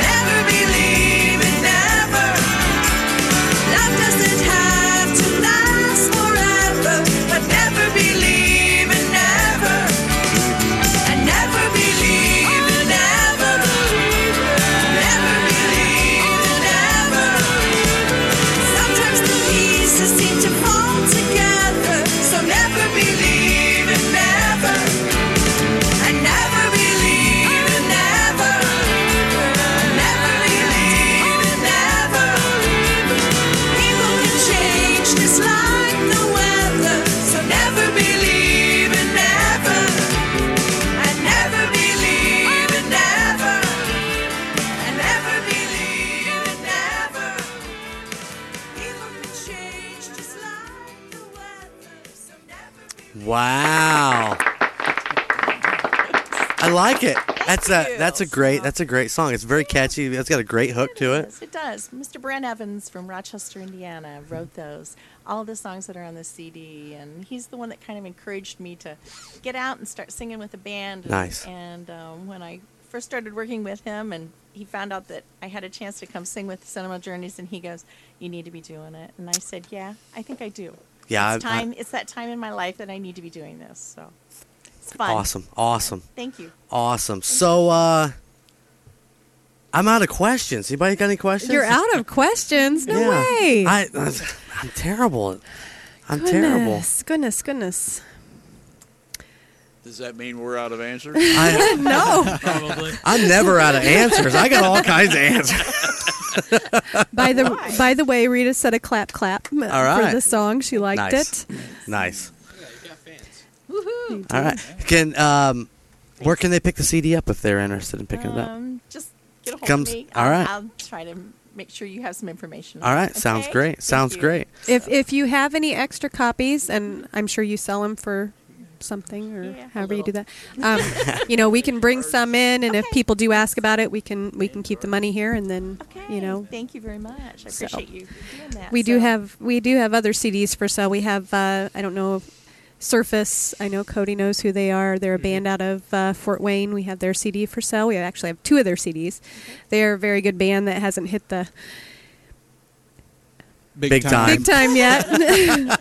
Speaker 14: never believe in never. Love doesn't have to last forever, but never believe in never, and never believe in never, never believe in never. Sometimes the pieces seem to fall together. So never believe in never. I never believe in never. Never believe in never. People can change just like the weather. So never believe in never. I never believe in never. I never believe in never.
Speaker 5: Wow. I like it. That's a that's a great that's a great song. It's very catchy. It's got a great hook to it.
Speaker 9: Yes, it does. Mr. Brent Evans from Rochester, Indiana, wrote those. All the songs that are on the CD, and he's the one that kind of encouraged me to get out and start singing with a band. And-
Speaker 5: Nice.
Speaker 9: And um, when I first started working with him, and he found out that I had a chance to come sing with Cinema Journeys, and he goes, "You need to be doing it." And I said, "Yeah, I think I do."
Speaker 5: Yeah,
Speaker 9: it's
Speaker 5: I- I-
Speaker 9: time. it's that time in my life that I need to be doing this. So it's fun.
Speaker 5: Awesome. Awesome.
Speaker 9: Thank you.
Speaker 5: Awesome. So uh I'm out of questions. Anybody got any questions?
Speaker 6: You're out of questions. No
Speaker 5: Yeah.
Speaker 6: way.
Speaker 5: I, I am terrible. at- I'm
Speaker 6: goodness,
Speaker 5: terrible.
Speaker 6: Goodness, goodness.
Speaker 12: Does that mean we're out of answers?
Speaker 5: I-
Speaker 6: No.
Speaker 12: Probably.
Speaker 5: I'm never out of answers. I got all kinds of answers.
Speaker 6: By the by the way, Rita said a clap clap m-
Speaker 5: All right.
Speaker 6: for the song. She liked
Speaker 5: nice.
Speaker 6: it.
Speaker 5: Nice.
Speaker 9: Woohoo!
Speaker 5: All right. Can um where can they pick the CD up if they're interested in picking it up?
Speaker 9: Um, just get a hold
Speaker 5: Comes-
Speaker 9: of me.
Speaker 5: all right.
Speaker 9: I'll, I'll try to make sure you have some information.
Speaker 5: All right, sounds
Speaker 9: Okay?
Speaker 5: great.
Speaker 9: Thank
Speaker 5: sounds
Speaker 9: you.
Speaker 5: great.
Speaker 6: If if you have any extra copies, and I'm sure you sell them for something or however you do that, um, you know, we can bring some in, and if people do ask about it, we can we can keep the money here, and then you know
Speaker 9: Thank you very much. I
Speaker 6: So,
Speaker 9: appreciate you doing that.
Speaker 6: We do
Speaker 9: So,
Speaker 6: have we do have other CDs for sale. We have uh, I don't know Surface. I know Cody knows who they are.
Speaker 10: Mm-hmm.
Speaker 6: They're a band out of uh, Fort Wayne. We have their CD for sale. We actually have two of their CDs. They are a very good band that hasn't hit the
Speaker 5: Big,
Speaker 6: big time yet,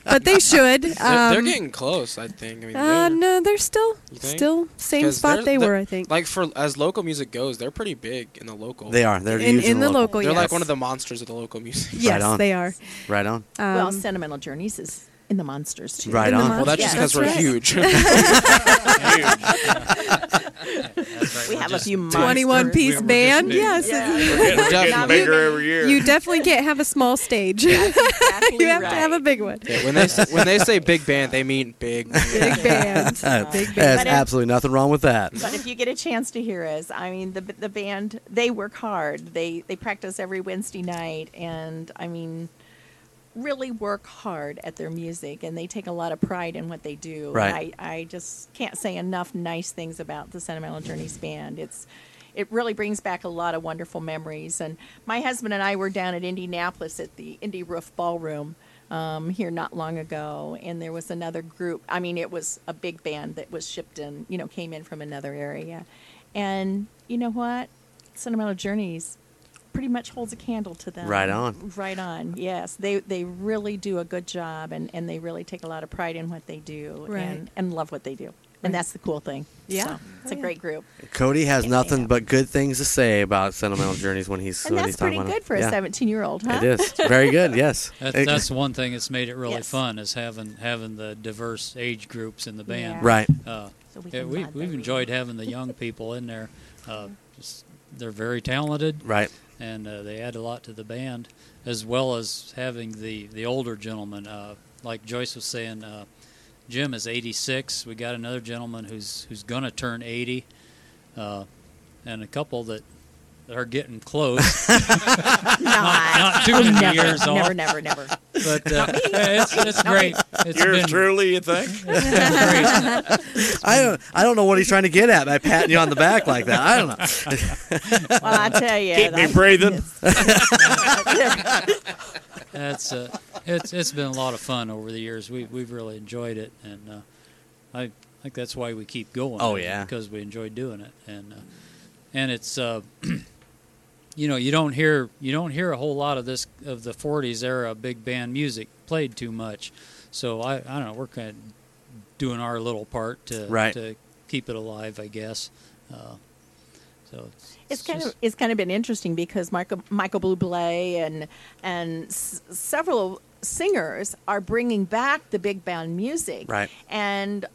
Speaker 6: but they should.
Speaker 10: They're,
Speaker 6: Um,
Speaker 10: they're getting close, I think. I mean,
Speaker 6: uh,
Speaker 10: they're-
Speaker 6: no, they're still
Speaker 10: you think?
Speaker 6: still same
Speaker 10: 'Cause
Speaker 6: spot
Speaker 10: they're-
Speaker 6: they
Speaker 10: they're-
Speaker 6: were. I think.
Speaker 10: Like for as local music goes, they're pretty big in the local.
Speaker 5: They are. They're
Speaker 6: In-
Speaker 5: huge
Speaker 6: in the local,
Speaker 10: They're
Speaker 6: yes.
Speaker 10: like one of the monsters of the local music.
Speaker 6: Yes,
Speaker 5: on.
Speaker 6: they are.
Speaker 5: Right on.
Speaker 9: well,
Speaker 6: Um,
Speaker 9: Sentimental Journeys is in the monsters too.
Speaker 5: Right
Speaker 9: In the
Speaker 5: on.
Speaker 9: Mon-
Speaker 5: Well, that's
Speaker 9: yeah.
Speaker 5: just 'cause we're huge.
Speaker 9: huge.
Speaker 6: right,
Speaker 9: We have a few monsters.
Speaker 6: 21 piece band. Yes.
Speaker 9: Yeah.
Speaker 6: it's-
Speaker 10: getting
Speaker 6: you-
Speaker 10: bigger every year.
Speaker 6: You definitely can't have a small stage. you have to have a big one.
Speaker 10: Yeah, when they s- when they say big band, they mean big.
Speaker 6: Big bands.
Speaker 5: There's
Speaker 9: But if-
Speaker 5: absolutely nothing wrong with that.
Speaker 9: But if you get a chance to hear us, I mean, the the band they work hard. They they practice every Wednesday night, and I mean, really work hard at their music, and they take a lot of pride in what they do. And
Speaker 5: Right.
Speaker 9: I I just can't say enough nice things about the Sentimental Journeys band. It's it really brings back a lot of wonderful memories. And my husband and I were down at Indianapolis at the Indy Roof Ballroom um, here not long ago, and there was another group. I mean, it was a big band that was shipped in, you know, came in from another area. And you know what? Sentimental Journeys pretty much holds a candle to them.
Speaker 5: Right on.
Speaker 9: Right on. Yes, they they really do a good job, and and they really take a lot of pride in what they do,
Speaker 6: Right.
Speaker 9: and and love what they do. And that's the cool thing.
Speaker 6: Yeah.
Speaker 9: So, it's a great group.
Speaker 5: Cody has nothing but good things to say about sentimental journeys when he's
Speaker 9: And
Speaker 5: when
Speaker 9: that's
Speaker 5: he's talking
Speaker 9: pretty
Speaker 5: about
Speaker 9: good
Speaker 5: it.
Speaker 9: for a
Speaker 5: Yeah.
Speaker 9: 17 year old, huh?
Speaker 5: It is very good. Yes,
Speaker 11: That's,
Speaker 5: It-
Speaker 11: that's one thing that's made it really
Speaker 9: Yes.
Speaker 11: fun is having having the diverse age groups in the band.
Speaker 5: Yeah. Right.
Speaker 11: Uh,
Speaker 9: So we
Speaker 11: yeah,
Speaker 9: can
Speaker 11: we,
Speaker 9: add
Speaker 11: we've enjoyed having the young people in there. Uh, just, they're very talented.
Speaker 5: Right.
Speaker 11: And uh, they add a lot to the band, as well as having the the older gentlemen. Uh, like Joyce was saying, uh, Jim is 86. We got another gentleman who's who's gonna turn 80, uh, and a couple that. Are getting close. not, not too many
Speaker 9: Never,
Speaker 11: years off.
Speaker 9: never, never, never.
Speaker 11: But uh, it's, it's
Speaker 9: Not me.
Speaker 11: great. It's
Speaker 12: Yours
Speaker 11: been,
Speaker 12: truly, you think?
Speaker 5: I don't I don't know what he's trying to get at by patting you on the back like that. I don't know.
Speaker 9: Well, I tell you,
Speaker 12: Keep me
Speaker 9: that-
Speaker 12: breathing.
Speaker 11: That's uh, it's it's been a lot of fun over the years. We we've really enjoyed it, and uh, I think that's why we keep going.
Speaker 5: Oh, yeah.
Speaker 11: because we enjoy doing it, and uh, and it's uh, you know you don't hear you don't hear a whole lot of this of the '40s era big band music played too much. So I I don't know we're kind of doing our little part to
Speaker 5: Right.
Speaker 11: to keep it alive, I guess. Uh, so it's,
Speaker 9: It's kind
Speaker 11: just-
Speaker 9: of it's kind of been interesting because Michael Michael Bublé and and s- several singers are bringing back the big band music,
Speaker 5: Right.
Speaker 9: And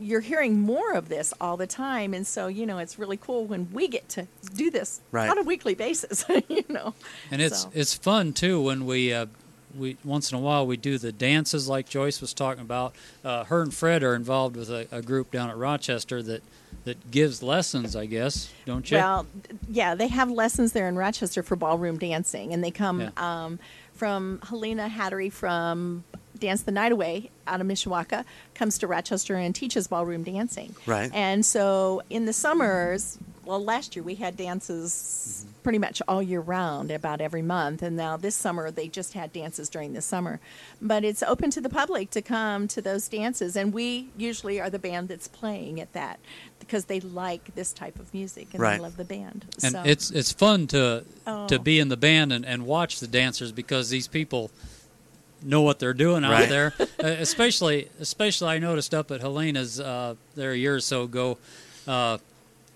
Speaker 9: you're hearing more of this all the time, and so you know it's really cool when we get to do this
Speaker 11: Right.
Speaker 9: on a weekly basis. you know,
Speaker 11: and it's
Speaker 9: So,
Speaker 11: it's fun too when we uh, we once in a while we do the dances like Joyce was talking about. Uh, her and Fred are involved with a, a group down at Rochester that that gives lessons, I guess, don't you?
Speaker 9: well, d- yeah, they have lessons there in Rochester for ballroom dancing, and they come um, from Helena Hattery from Dance the Night Away out of Mishawaka comes to Rochester and teaches ballroom dancing.
Speaker 5: Right.
Speaker 9: And so in the summers, well, last year we had dances
Speaker 11: Mm-hmm.
Speaker 9: pretty much all year round, about every month. And now this summer they just had dances during the summer. But it's open to the public to come to those dances. And we usually are the band that's playing at that because they like this type of music and
Speaker 11: Right.
Speaker 9: they love the band.
Speaker 11: and
Speaker 9: so.
Speaker 11: it's it's fun to
Speaker 9: Oh.
Speaker 11: to be in the band and, and watch the dancers because these people know what they're doing
Speaker 5: Right.
Speaker 11: out there. Uh, especially especially I noticed up at Helena's uh, there a year or so ago, uh,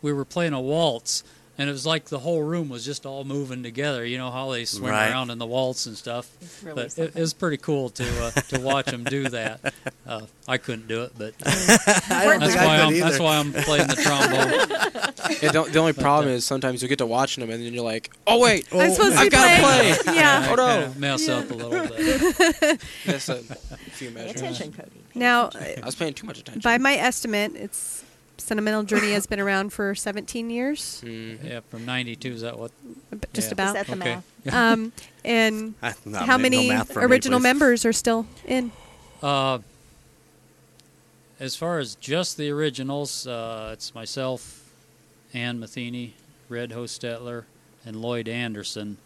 Speaker 11: we were playing a waltz and it was like the whole room was just all moving together. You know how they swing
Speaker 5: Right.
Speaker 11: around in the waltz and stuff.
Speaker 9: It's really
Speaker 11: but it,
Speaker 9: something.
Speaker 11: it was pretty cool to uh, to watch them do that. Uh, I couldn't do it, but
Speaker 5: don't
Speaker 11: that's
Speaker 5: think I
Speaker 11: why
Speaker 5: could
Speaker 11: am that's
Speaker 5: either.
Speaker 11: why I'm playing the trombone. uh,
Speaker 10: Yeah, don't, the only problem is sometimes you get to watching them and then you're like, oh wait,
Speaker 6: I'm supposed to
Speaker 10: I've
Speaker 6: be
Speaker 10: gotta
Speaker 6: playing.
Speaker 10: play.
Speaker 6: Yeah.
Speaker 10: Hold
Speaker 11: I
Speaker 10: on.
Speaker 11: kinda mess up a little bit.
Speaker 10: Just a few
Speaker 9: Pay
Speaker 10: measures.
Speaker 9: attention, Cody.
Speaker 6: Now,
Speaker 10: I was paying too much attention.
Speaker 6: by my estimate, it's Sentimental Journey has been around for 17 years,
Speaker 11: Yeah, from '92 is that what?
Speaker 6: Mm. just
Speaker 11: Yeah.
Speaker 6: about.
Speaker 9: Is that the
Speaker 11: Okay.
Speaker 9: math?
Speaker 6: um, and
Speaker 5: I'm not
Speaker 6: how
Speaker 5: ma- no
Speaker 6: many
Speaker 5: math for me,
Speaker 6: original
Speaker 5: please.
Speaker 6: members are still in?
Speaker 11: Uh, as far as just the originals, uh, it's myself, Ann Matheny, Red Hostetler, and Lloyd Anderson.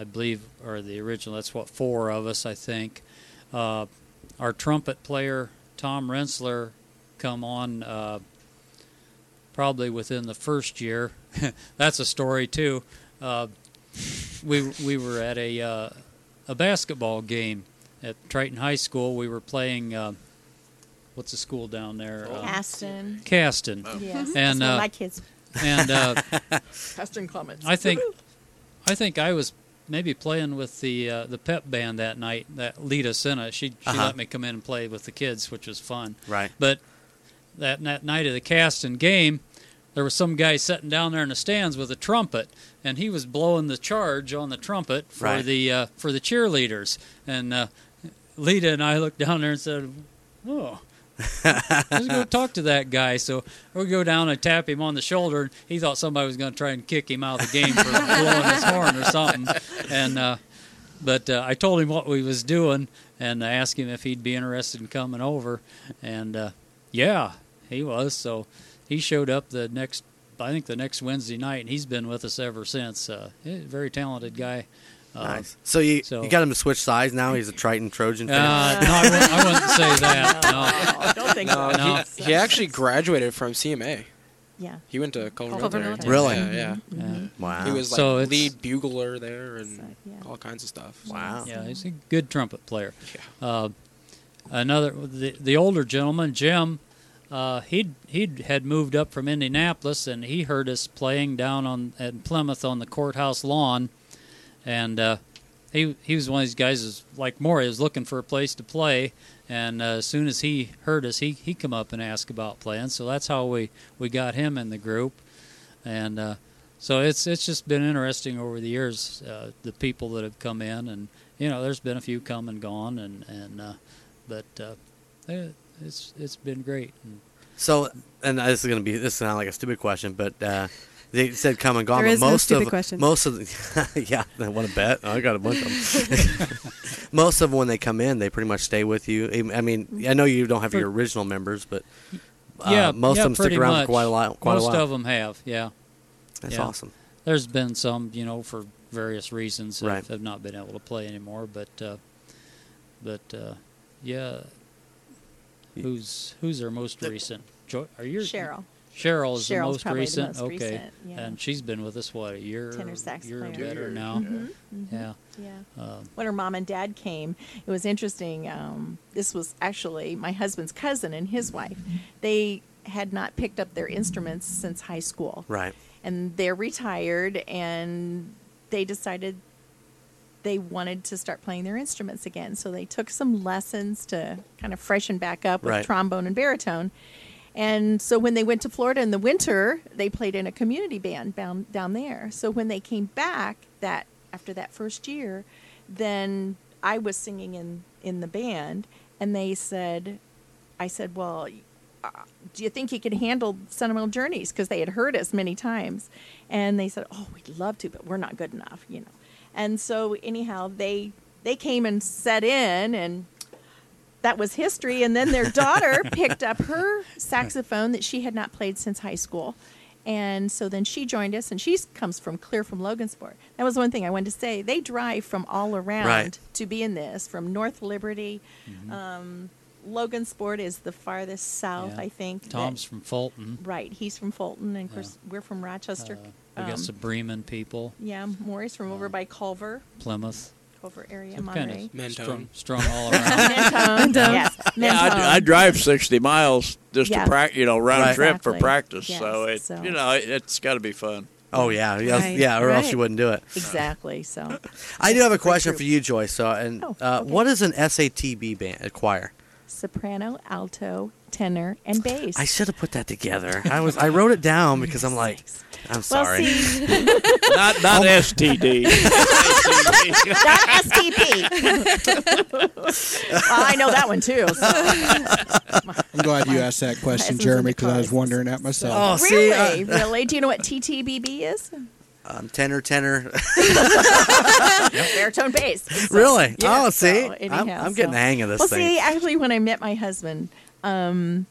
Speaker 11: I believe are the original. That's what four of us, I think. Uh, our trumpet player Tom Rensler come on uh, probably within the first year. That's a story too. Uh, we we were at a uh, a basketball game at Triton High School. We were playing uh, what's the school down there? Uh,
Speaker 9: Aston.
Speaker 11: Caston.
Speaker 9: Yes.
Speaker 11: And
Speaker 9: Oh. that's one of
Speaker 11: uh,
Speaker 9: my kids.
Speaker 11: and uh,
Speaker 9: Aston Clements.
Speaker 11: I think I think I was maybe playing with the uh, the pep band that night that Lita sent us. She she
Speaker 5: Uh-huh.
Speaker 11: let me come in and play with the kids, which was fun.
Speaker 5: Right.
Speaker 11: But that that night of the cast and game, there was some guy sitting down there in the stands with a trumpet, and he was blowing the charge on the trumpet for
Speaker 5: Right.
Speaker 11: the uh, for the cheerleaders. And uh, Lita and I looked down there and said, "Oh." Let's go talk to that guy. So we go down and tap him on the shoulder. And he thought somebody was going to try and kick him out of the game for blowing his horn or something. And uh, but uh, I told him what we was doing and I asked him if he'd be interested in coming over. And uh, yeah, he was. So he showed up the next, I think the next Wednesday night, and he's been with us ever since. Uh, eh, very talented guy. Uh,
Speaker 5: Nice. So you
Speaker 11: so-
Speaker 5: you got him to switch sides now. He's a Triton Trojan fan.
Speaker 11: Uh, no, I wouldn't, I wouldn't say that. No.
Speaker 9: don't think
Speaker 10: No,
Speaker 9: so.
Speaker 10: he- He, actually graduated from CMA.
Speaker 9: Yeah.
Speaker 10: He went to Culver
Speaker 9: Culver
Speaker 10: Military.
Speaker 9: Military.
Speaker 5: Really? Mm-hmm.
Speaker 10: Yeah, yeah.
Speaker 11: Mm-hmm. Yeah.
Speaker 5: Wow.
Speaker 10: He was like
Speaker 11: So it's-
Speaker 10: lead bugler there and all kinds of stuff. so.
Speaker 11: Yeah, he's a good trumpet player. Uh, another, the, the older gentleman, Jim, uh, he'd he'd had moved up from Indianapolis, and he heard us playing down on at Plymouth on the courthouse lawn, and uh, he he was one of these guys is like Maury was looking for a place to play, and uh, as soon as he heard us, he he come up and asked about playing. So that's how we we got him in the group, and. Uh, so it's it's just been interesting over the years, uh, the people that have come in, and you know, there's been a few come and gone, and and uh, but uh, eh, it's it's been great. And
Speaker 5: So, and this is gonna be this is not like a stupid question, but uh, they said come and gone.
Speaker 6: There
Speaker 5: but
Speaker 6: is no
Speaker 5: most
Speaker 6: stupid
Speaker 5: of
Speaker 6: question.
Speaker 5: most of the, yeah, I want to bet. I got a bunch of them. most of them, when they come in, they pretty much stay with you. Even- I mean, I know you don't have your original members, but uh,
Speaker 11: yeah,
Speaker 5: most
Speaker 11: yeah,
Speaker 5: of them stick
Speaker 11: pretty
Speaker 5: around
Speaker 11: much.
Speaker 5: for quite a while. Quite
Speaker 11: most
Speaker 5: a while.
Speaker 11: of them have, yeah.
Speaker 5: That's
Speaker 11: Yeah.
Speaker 5: awesome.
Speaker 11: There's been some, you know, for various reasons, that
Speaker 5: Right.
Speaker 11: have not been able to play anymore. But uh, but uh, yeah, who's who's our most recent? Jo- are you
Speaker 9: Cheryl.
Speaker 11: Cheryl is the
Speaker 9: Cheryl's
Speaker 11: most
Speaker 9: probably the
Speaker 11: recent.
Speaker 9: most
Speaker 11: okay,
Speaker 9: recent, yeah.
Speaker 11: and she's been with us what a year,
Speaker 9: Tenor sax
Speaker 11: year and
Speaker 9: player.
Speaker 11: better
Speaker 9: Year,
Speaker 11: now.
Speaker 9: Mhm, mhm.
Speaker 11: Yeah.
Speaker 9: Yeah.
Speaker 11: Um,
Speaker 9: when her mom and dad came, it was interesting. Um, this was actually my husband's cousin and his wife. They had not picked up their instruments since high school.
Speaker 5: Right.
Speaker 9: And they're retired, and they decided they wanted to start playing their instruments again. So they took some lessons to kind of freshen back up with
Speaker 17: Right.
Speaker 9: trombone and baritone. And so when they went to Florida in the winter, they played in a community band down, down there. So when they came back that after that first year, then I was singing in in the band, and they said, I said, well. uh, Do you think you could handle sentimental journeys? Because they had heard us many times, and they said, "Oh, we'd love to, but we're not good enough," you know. And so, anyhow, they they came and set in, and that was history. And then their daughter picked up her saxophone that she had not played since high school. And so then she joined us, and she comes from clear from Logansport. That was one thing I wanted to say. They drive from all around
Speaker 5: Right.
Speaker 9: to be in this, from North Liberty.
Speaker 11: Mm-hmm.
Speaker 9: Um, Logansport is the farthest south,
Speaker 11: Yeah.
Speaker 9: I think. that-
Speaker 11: Tom's from Fulton.
Speaker 9: Right. He's from Fulton, and of course, we're from Rochester.
Speaker 11: We got
Speaker 9: Um,
Speaker 11: some Bremen people,
Speaker 9: yeah, Maury's from over by Culver.
Speaker 11: Um, Plymouth.
Speaker 9: Culver area,
Speaker 11: Some kind
Speaker 9: Monterey.
Speaker 11: of
Speaker 10: Mentone.
Speaker 11: strong, strong all around.
Speaker 9: Mentone, Mentone. yes,
Speaker 12: Yeah, I,
Speaker 9: Mentone.
Speaker 12: I drive 60 miles just
Speaker 9: Yeah.
Speaker 12: to practice, you know, round
Speaker 5: Right.
Speaker 12: trip for
Speaker 9: Exactly.
Speaker 12: practice.
Speaker 9: Yes,
Speaker 12: so it,
Speaker 9: so-
Speaker 12: you know, it, it's got to be fun.
Speaker 5: Oh yeah, yeah, yeah, or else you wouldn't do it.
Speaker 9: Exactly. So
Speaker 5: I do have a question for you, Joyce. So, and
Speaker 9: Oh,
Speaker 5: uh, what is an SATB band a choir?
Speaker 9: soprano, alto, tenor, and bass.
Speaker 5: I should have put that together. I was I wrote it down because I'm like, I'm sorry. Oh
Speaker 9: see-
Speaker 12: not not STD.
Speaker 9: Not STP. well, I know that one too. so.
Speaker 7: I'm glad you asked that Oh, question, Jeremy, because I was wondering that
Speaker 11: Oh,
Speaker 5: Oh,
Speaker 7: myself.
Speaker 9: really, really. Do you know what TTBB is?
Speaker 5: Um, tenor, tenor.
Speaker 9: Baritone bass. So-
Speaker 5: really?
Speaker 9: Yeah, so
Speaker 5: oh, see,
Speaker 9: anyhow,
Speaker 5: I'm, I'm getting
Speaker 9: so-
Speaker 5: the hang of this
Speaker 9: well,
Speaker 5: thing.
Speaker 9: see, actually, when I met my husband, um,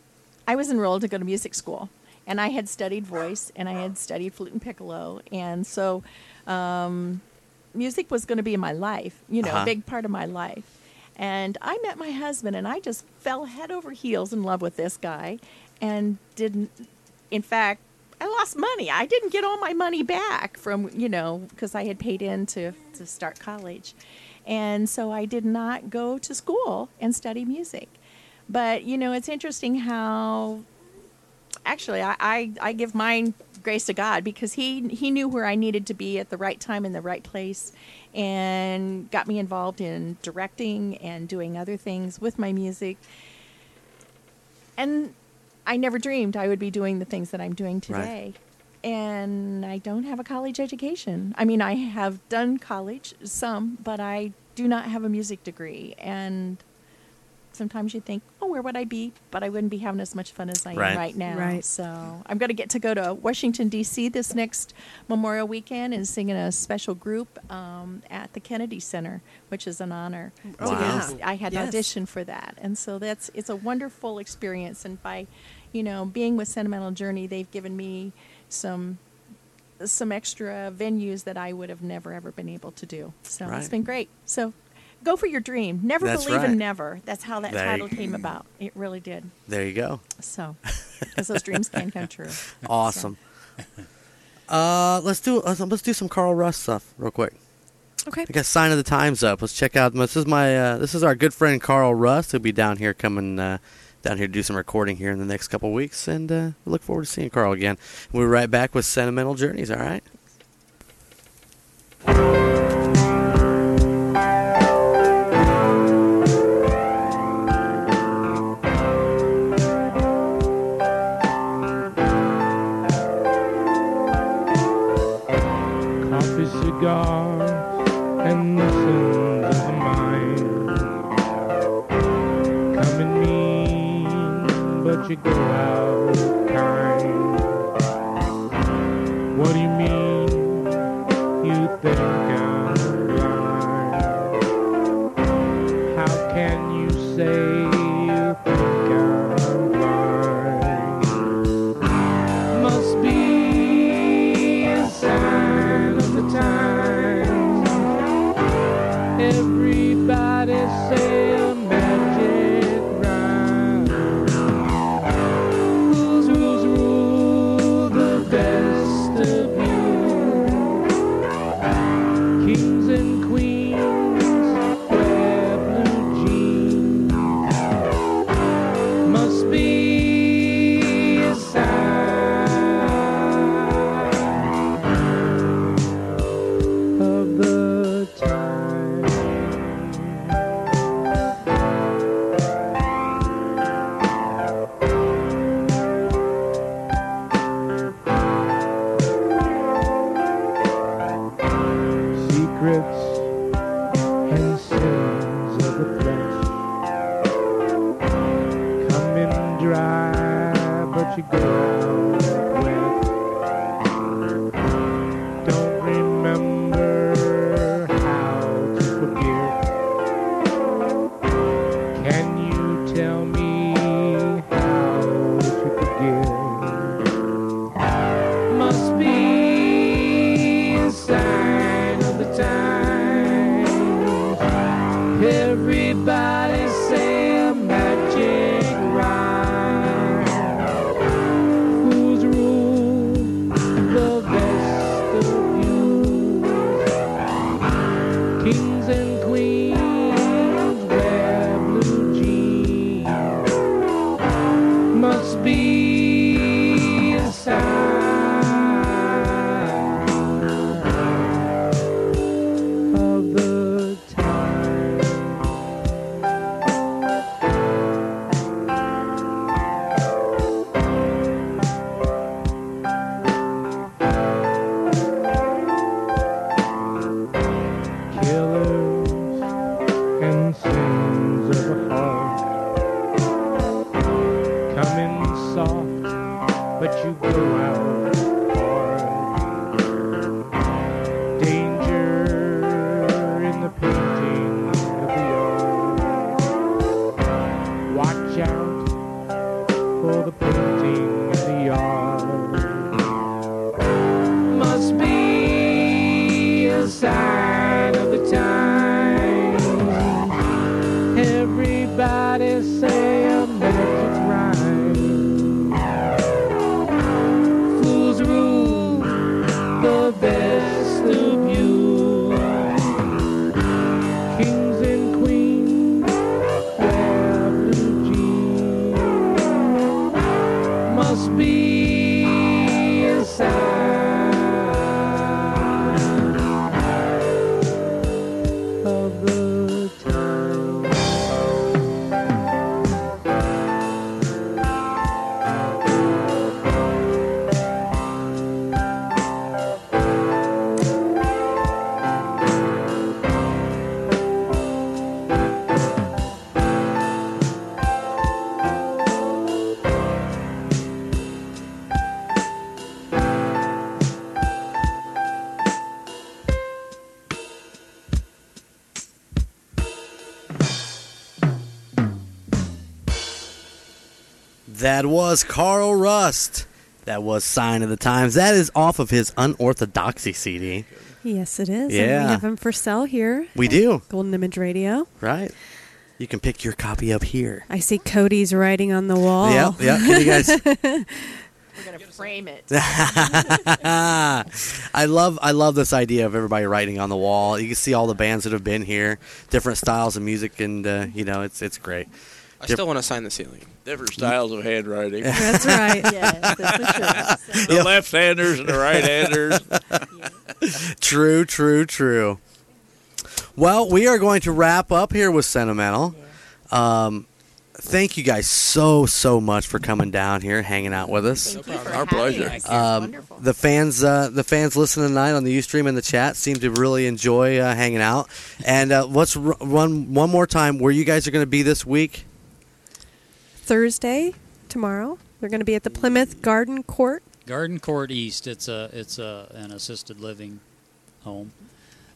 Speaker 9: I was enrolled to go to music school, and I had studied voice, and I had studied flute and piccolo, and so um, music was going to be my life, you know,
Speaker 17: Uh-huh.
Speaker 9: a big part of my life. And I met my husband, and I just fell head over heels in love with this guy, and didn't. In fact, I lost money. I didn't get all my money back from you know because I had paid in to to start college, and so I did not go to school and study music. But you know, it's interesting how actually I, I, I give mine grace to God because he he knew where I needed to be at the right time in the right place, and got me involved in directing and doing other things with my music. And I never dreamed I would be doing the things that I'm doing
Speaker 6: Right.
Speaker 9: today. And I don't have a college education. I mean, I have done college some, but I do not have a music degree. And sometimes you think, oh, where would I be? But I wouldn't be having as much fun as I
Speaker 6: Right.
Speaker 9: am right now.
Speaker 6: Right.
Speaker 9: So I'm going to get to go to Washington, D.C. this next Memorial weekend and sing in a special group um, at the Kennedy Center, which is an honor.
Speaker 6: Oh,
Speaker 9: to
Speaker 6: yeah.
Speaker 9: get- I had
Speaker 6: Yes.
Speaker 9: auditioned for that. And so that's it's a wonderful experience. And by, you know, being with Sentimental Journey, they've given me some some extra venues that I would have never ever been able to do. So it's
Speaker 6: Right.
Speaker 9: been great. So go for your dream. Never
Speaker 5: That's
Speaker 9: believe
Speaker 5: right.
Speaker 9: in never. That's how that
Speaker 5: There
Speaker 9: title
Speaker 5: you-
Speaker 9: came about. It really did.
Speaker 5: There you go.
Speaker 9: So, because those dreams can come true.
Speaker 5: Awesome. Uh, let's do let's, let's do some Carl Russ stuff real quick.
Speaker 18: Okay.
Speaker 5: I got sign of the times up. Let's check out this is my uh, this is our good friend Carl Russ who'll be down here coming uh, down here to do some recording here in the next couple weeks and uh, we look forward to seeing Carl again. We'll be right back with Sentimental Journeys. All right.
Speaker 14: coffee, cigars, and listen to the mind. Coming mean, but you go out kind. What do you mean? You think I'm blind? How can you say you think I'm blind? Must be a sign of the times. Everybody say a magic rhyme. Rules, rules, rule the vestibule. Kings and queens wear blue jeans. Must be a sign of the time. Secrets and sins of the flesh come in dry, but you go out wet don't remember how to forgive. Can you tell me how to forgive? Must be a sign of the times. Everybody say a magic rhyme. Fools rule the vestibule. Kings and queens wear blue jeans. Must be a sign of the time. Killers
Speaker 5: That was Carl Rust. That was Sign of the Times. That is off of his Unorthodoxy CD.
Speaker 6: Yes, it is. And
Speaker 5: Yeah.
Speaker 6: we have them for sale here.
Speaker 5: We do.
Speaker 6: Golden Image Radio.
Speaker 5: Right. You can pick your copy up here.
Speaker 6: I see Cody's writing on the wall.
Speaker 5: Yep, yep. Can you guys-
Speaker 9: We're gonna frame it.
Speaker 5: I love I love this idea of everybody writing on the wall. You can see all the bands that have been here, different styles of music, and uh, you know it's it's great.
Speaker 10: I still want to sign the ceiling.
Speaker 12: Different styles of handwriting.
Speaker 10: That's right. Yes,
Speaker 9: that's
Speaker 10: for sure.
Speaker 12: The left-handers and the right-handers.
Speaker 5: true, true, true. Well, we are going to wrap up here with Sentimental. Um, thank you guys so, so much for coming down here and hanging out with us.
Speaker 12: Our pleasure.
Speaker 5: Um, the fans, uh, the fans listening tonight on the UStream and the chat seem to really enjoy uh, hanging out. And uh, let's ru- run one more time where you guys are going to be this week.
Speaker 6: Thursday, tomorrow, they're going to be at the Plymouth Garden Court.
Speaker 11: Garden Court East. It's a it's a an assisted living home.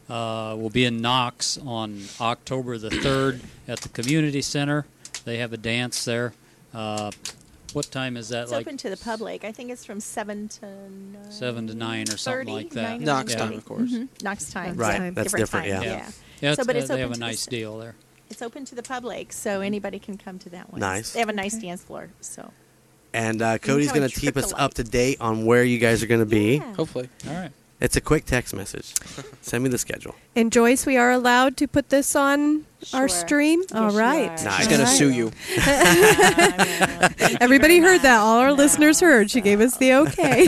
Speaker 11: Uh, we'll be in Knox on October the third at the community center. They have a dance there. Uh, what time is that?
Speaker 9: It's
Speaker 11: like
Speaker 9: open to the public. I think it's from seven to nine.
Speaker 11: seven to nine or something
Speaker 9: 30,
Speaker 11: like that.
Speaker 9: nine or
Speaker 10: Knox time, of course.
Speaker 9: Mhm. Knox time.
Speaker 11: Right,
Speaker 9: yeah.
Speaker 11: that's different,
Speaker 9: time,
Speaker 11: yeah.
Speaker 9: Yeah.
Speaker 11: Yeah. Yeah,
Speaker 9: so,
Speaker 11: it's-
Speaker 9: but
Speaker 11: uh,
Speaker 9: it's
Speaker 11: they
Speaker 9: open
Speaker 11: have a
Speaker 9: to the
Speaker 11: nice
Speaker 9: s-
Speaker 11: deal there.
Speaker 9: It's open to the public, so anybody can come to that one.
Speaker 5: Mm-hmm. Nice.
Speaker 9: They have a nice dance floor. So
Speaker 5: And uh, Cody's
Speaker 9: have a
Speaker 5: going to keep us
Speaker 9: trip-a-light.
Speaker 5: up to date on where you guys are going to be.
Speaker 10: Hopefully.
Speaker 11: All right.
Speaker 5: It's a quick text message. Send me the schedule.
Speaker 6: And Joyce, we are allowed to put this on our stream. all right.
Speaker 5: Nice.
Speaker 10: She's gonna
Speaker 6: All right.
Speaker 10: sue you.
Speaker 6: Everybody heard that. All our listeners heard. She gave us the okay.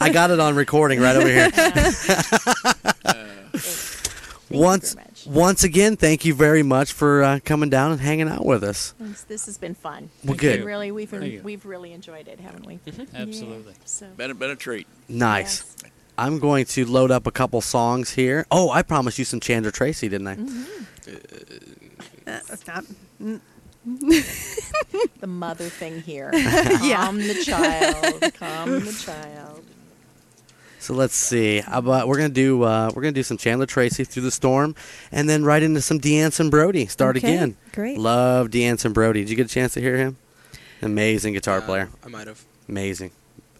Speaker 5: I got it on recording right over here. once, once again, thank you very much for uh, coming down and hanging out with us.
Speaker 9: thanks. this has been fun.
Speaker 5: Well,
Speaker 9: It's been
Speaker 5: good.
Speaker 9: Really, we've
Speaker 5: Thank you.
Speaker 9: we've really enjoyed it, haven't we?
Speaker 11: Mm-hmm. Absolutely.
Speaker 9: Yeah, so
Speaker 12: Been a, been a treat.
Speaker 5: Nice. I'm going to load up a couple songs here. Oh, I promised you some Chandra Tracy, didn't I?
Speaker 9: Mm. Mm-hmm.
Speaker 6: Stop.
Speaker 9: the mother thing here.
Speaker 6: Yeah.
Speaker 9: Calm the child. Calm the child.
Speaker 5: So let's see. How about we're gonna do uh, we're gonna do some Chandler Tracy through the storm, and then right into some Deanson Brody. Start
Speaker 6: Okay,
Speaker 5: again.
Speaker 6: great.
Speaker 5: Love Deanson Brody. Did you get a chance to hear him? Amazing guitar player.
Speaker 10: Uh, I might have.
Speaker 5: Amazing.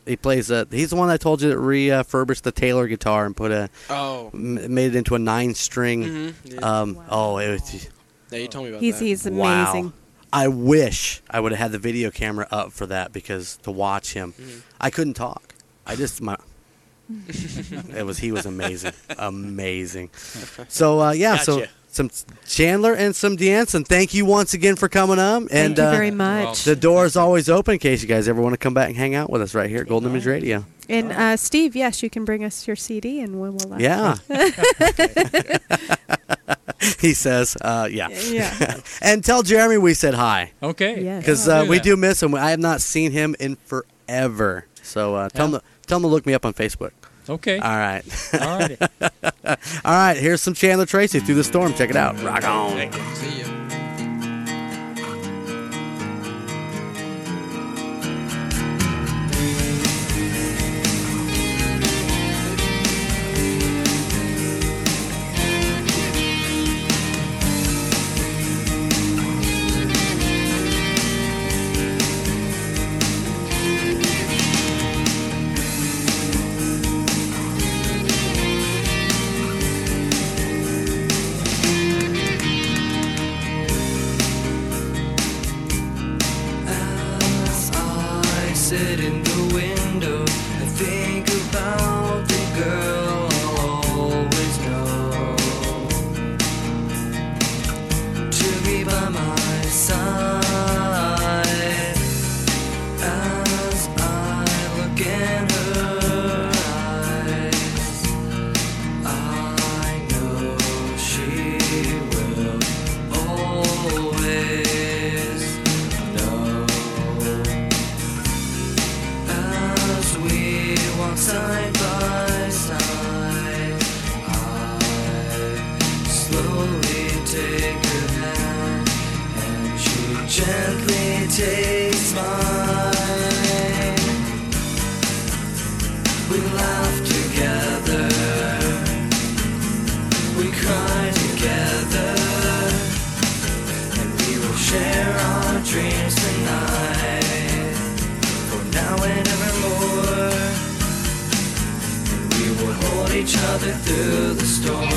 Speaker 5: He plays. Uh, he's the one I told you that refurbished the Taylor guitar and put a
Speaker 10: Oh.
Speaker 5: m- made it into a nine string.
Speaker 10: Mhm, yeah.
Speaker 5: Um, Oh, it was.
Speaker 10: Yeah, you told me about
Speaker 6: He's
Speaker 10: that.
Speaker 6: he's
Speaker 5: Wow.
Speaker 6: amazing.
Speaker 5: I wish I would have had the video camera up for that because to watch him,
Speaker 10: Mhm.
Speaker 5: I couldn't talk. I just my. it was he was amazing, amazing. So uh, yeah, so
Speaker 12: Gotcha.
Speaker 5: some Chandler and some Deanson. Thank you once again for coming up. And
Speaker 6: you
Speaker 5: uh,
Speaker 6: very much.
Speaker 5: The door is always open in case you guys ever want to come back and hang out with us right here at Golden Image Radio.
Speaker 6: And uh, Steve, yes, you can bring us your CD and we will. Uh,
Speaker 5: Yeah. he says, uh, yeah.
Speaker 6: Yeah.
Speaker 5: and tell Jeremy we said hi.
Speaker 11: Okay. Yes.
Speaker 5: Because
Speaker 11: I'll
Speaker 5: uh,
Speaker 11: do
Speaker 5: we
Speaker 11: that.
Speaker 5: do miss him. I have not seen him in forever. So uh, tell, him to, tell him to look me up on Facebook.
Speaker 11: Okay.
Speaker 5: All right.
Speaker 11: All righty.
Speaker 5: All right. Here's some Chandler Tracy through the storm. Check it out. Rock on.
Speaker 10: See you.
Speaker 13: I sit in the window and think about the girl I'll always know. To be by my side as I look in her eyes. I know she will always know. As we walk side by side, I slowly take her hand, and she gently takes mine. We laugh together, we cry together, and we will share our dreams tonight. each other through the storm.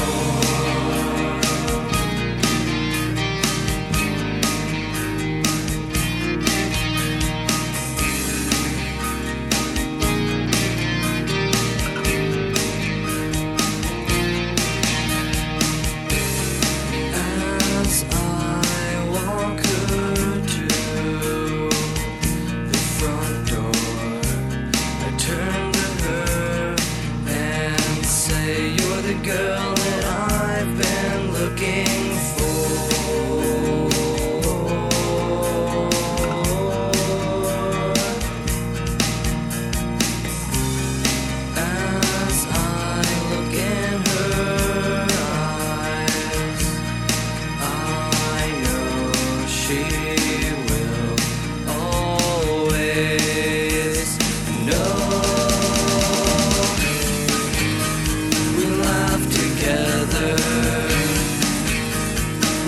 Speaker 13: As I walk her to the front door, I turn to her and say, You're the girl that I've been looking for. As I look in her eyes, I know she will always know. We laugh together,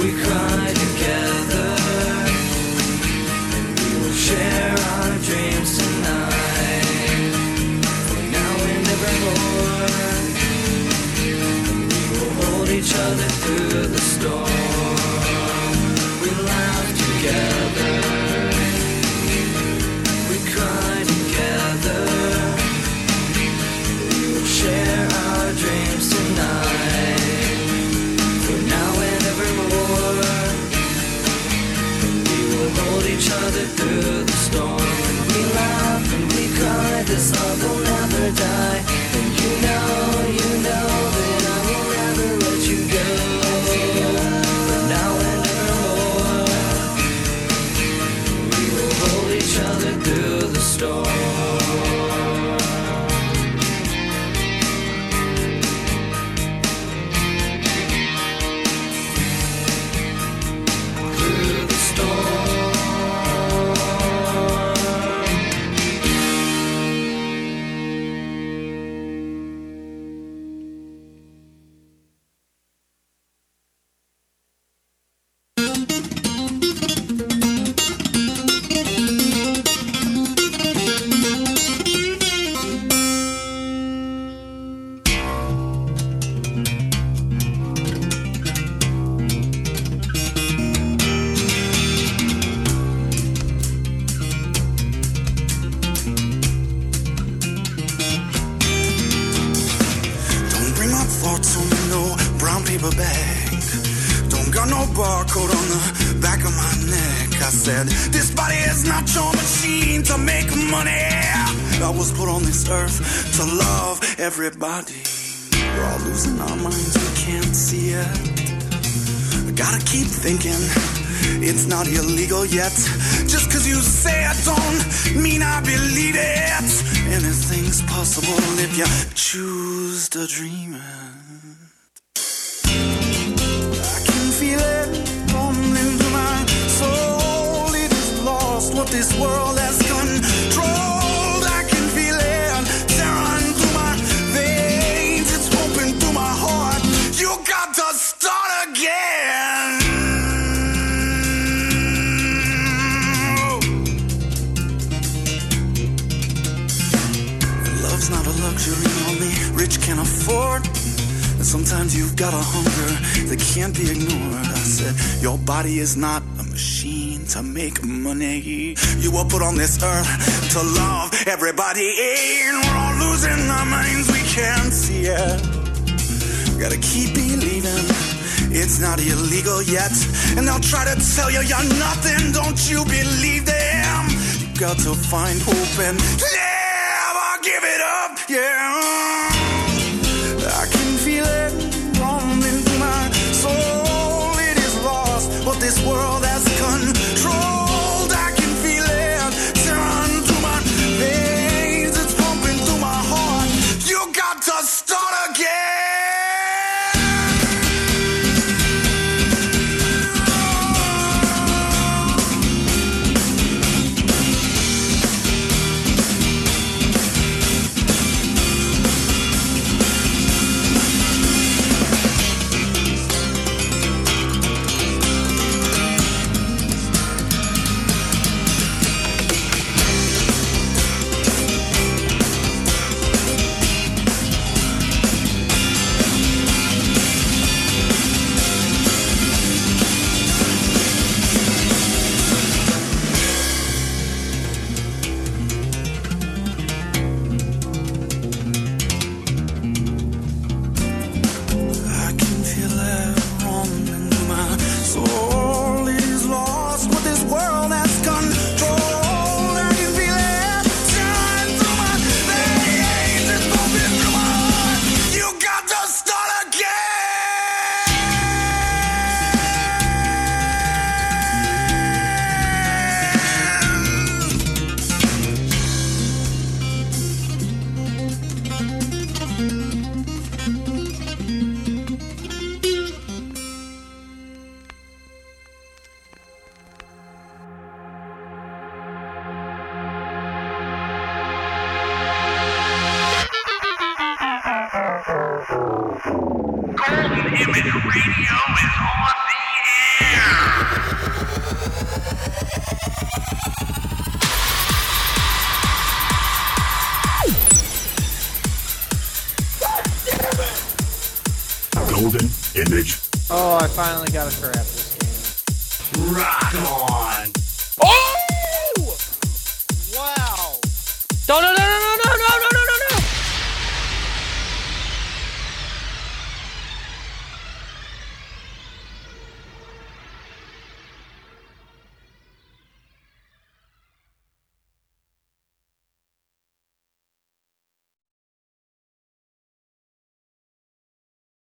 Speaker 13: we cry together, and we will share our dreams tonight. For now and evermore. We'll hold each other through the storm. We laugh together. We cry together. We will share our dreams tonight. For now and evermore. We will hold each other through the storm. And we laugh and we cry. This love will never die. And you know, you know that I will never let you go. For now and evermore. We will hold each other through the storm. Through the storm.
Speaker 17: Don't bring my thoughts on no brown paper bag. Don't got no barcode on the back of my neck. I said, This body is not your machine to make money. I was put on this earth to love everybody. We're all losing our minds, we can't see it. I gotta keep thinking. It's not illegal yet. Just cause you say I don't mean I believe it. Anything's possible if you choose to dream it. can feel it coming into my soul. It is lost what this world has controlled. I can feel it tearing through my veins. It's pumping through my heart. You got to start again. Love's not a luxury only rich can afford. And sometimes you've got a hunger that can't be ignored. I said, Your body is not a machine to make money. You were put on this earth to love everybody. And we're all losing our minds, we can't see it. Gotta keep believing it's not illegal yet. And they'll try to tell you you're nothing, don't you believe them? You got to find hope and never give it up, yeah. I can feel it rumbling through my soul. It is lost, what this world has controlled. I can feel it tearing through my veins. It's pumping through my heart. You got to start again.
Speaker 19: Image Radio is on the air.
Speaker 14: Golden Image.
Speaker 17: Oh, I finally got it for Apple's game.
Speaker 14: Rock on.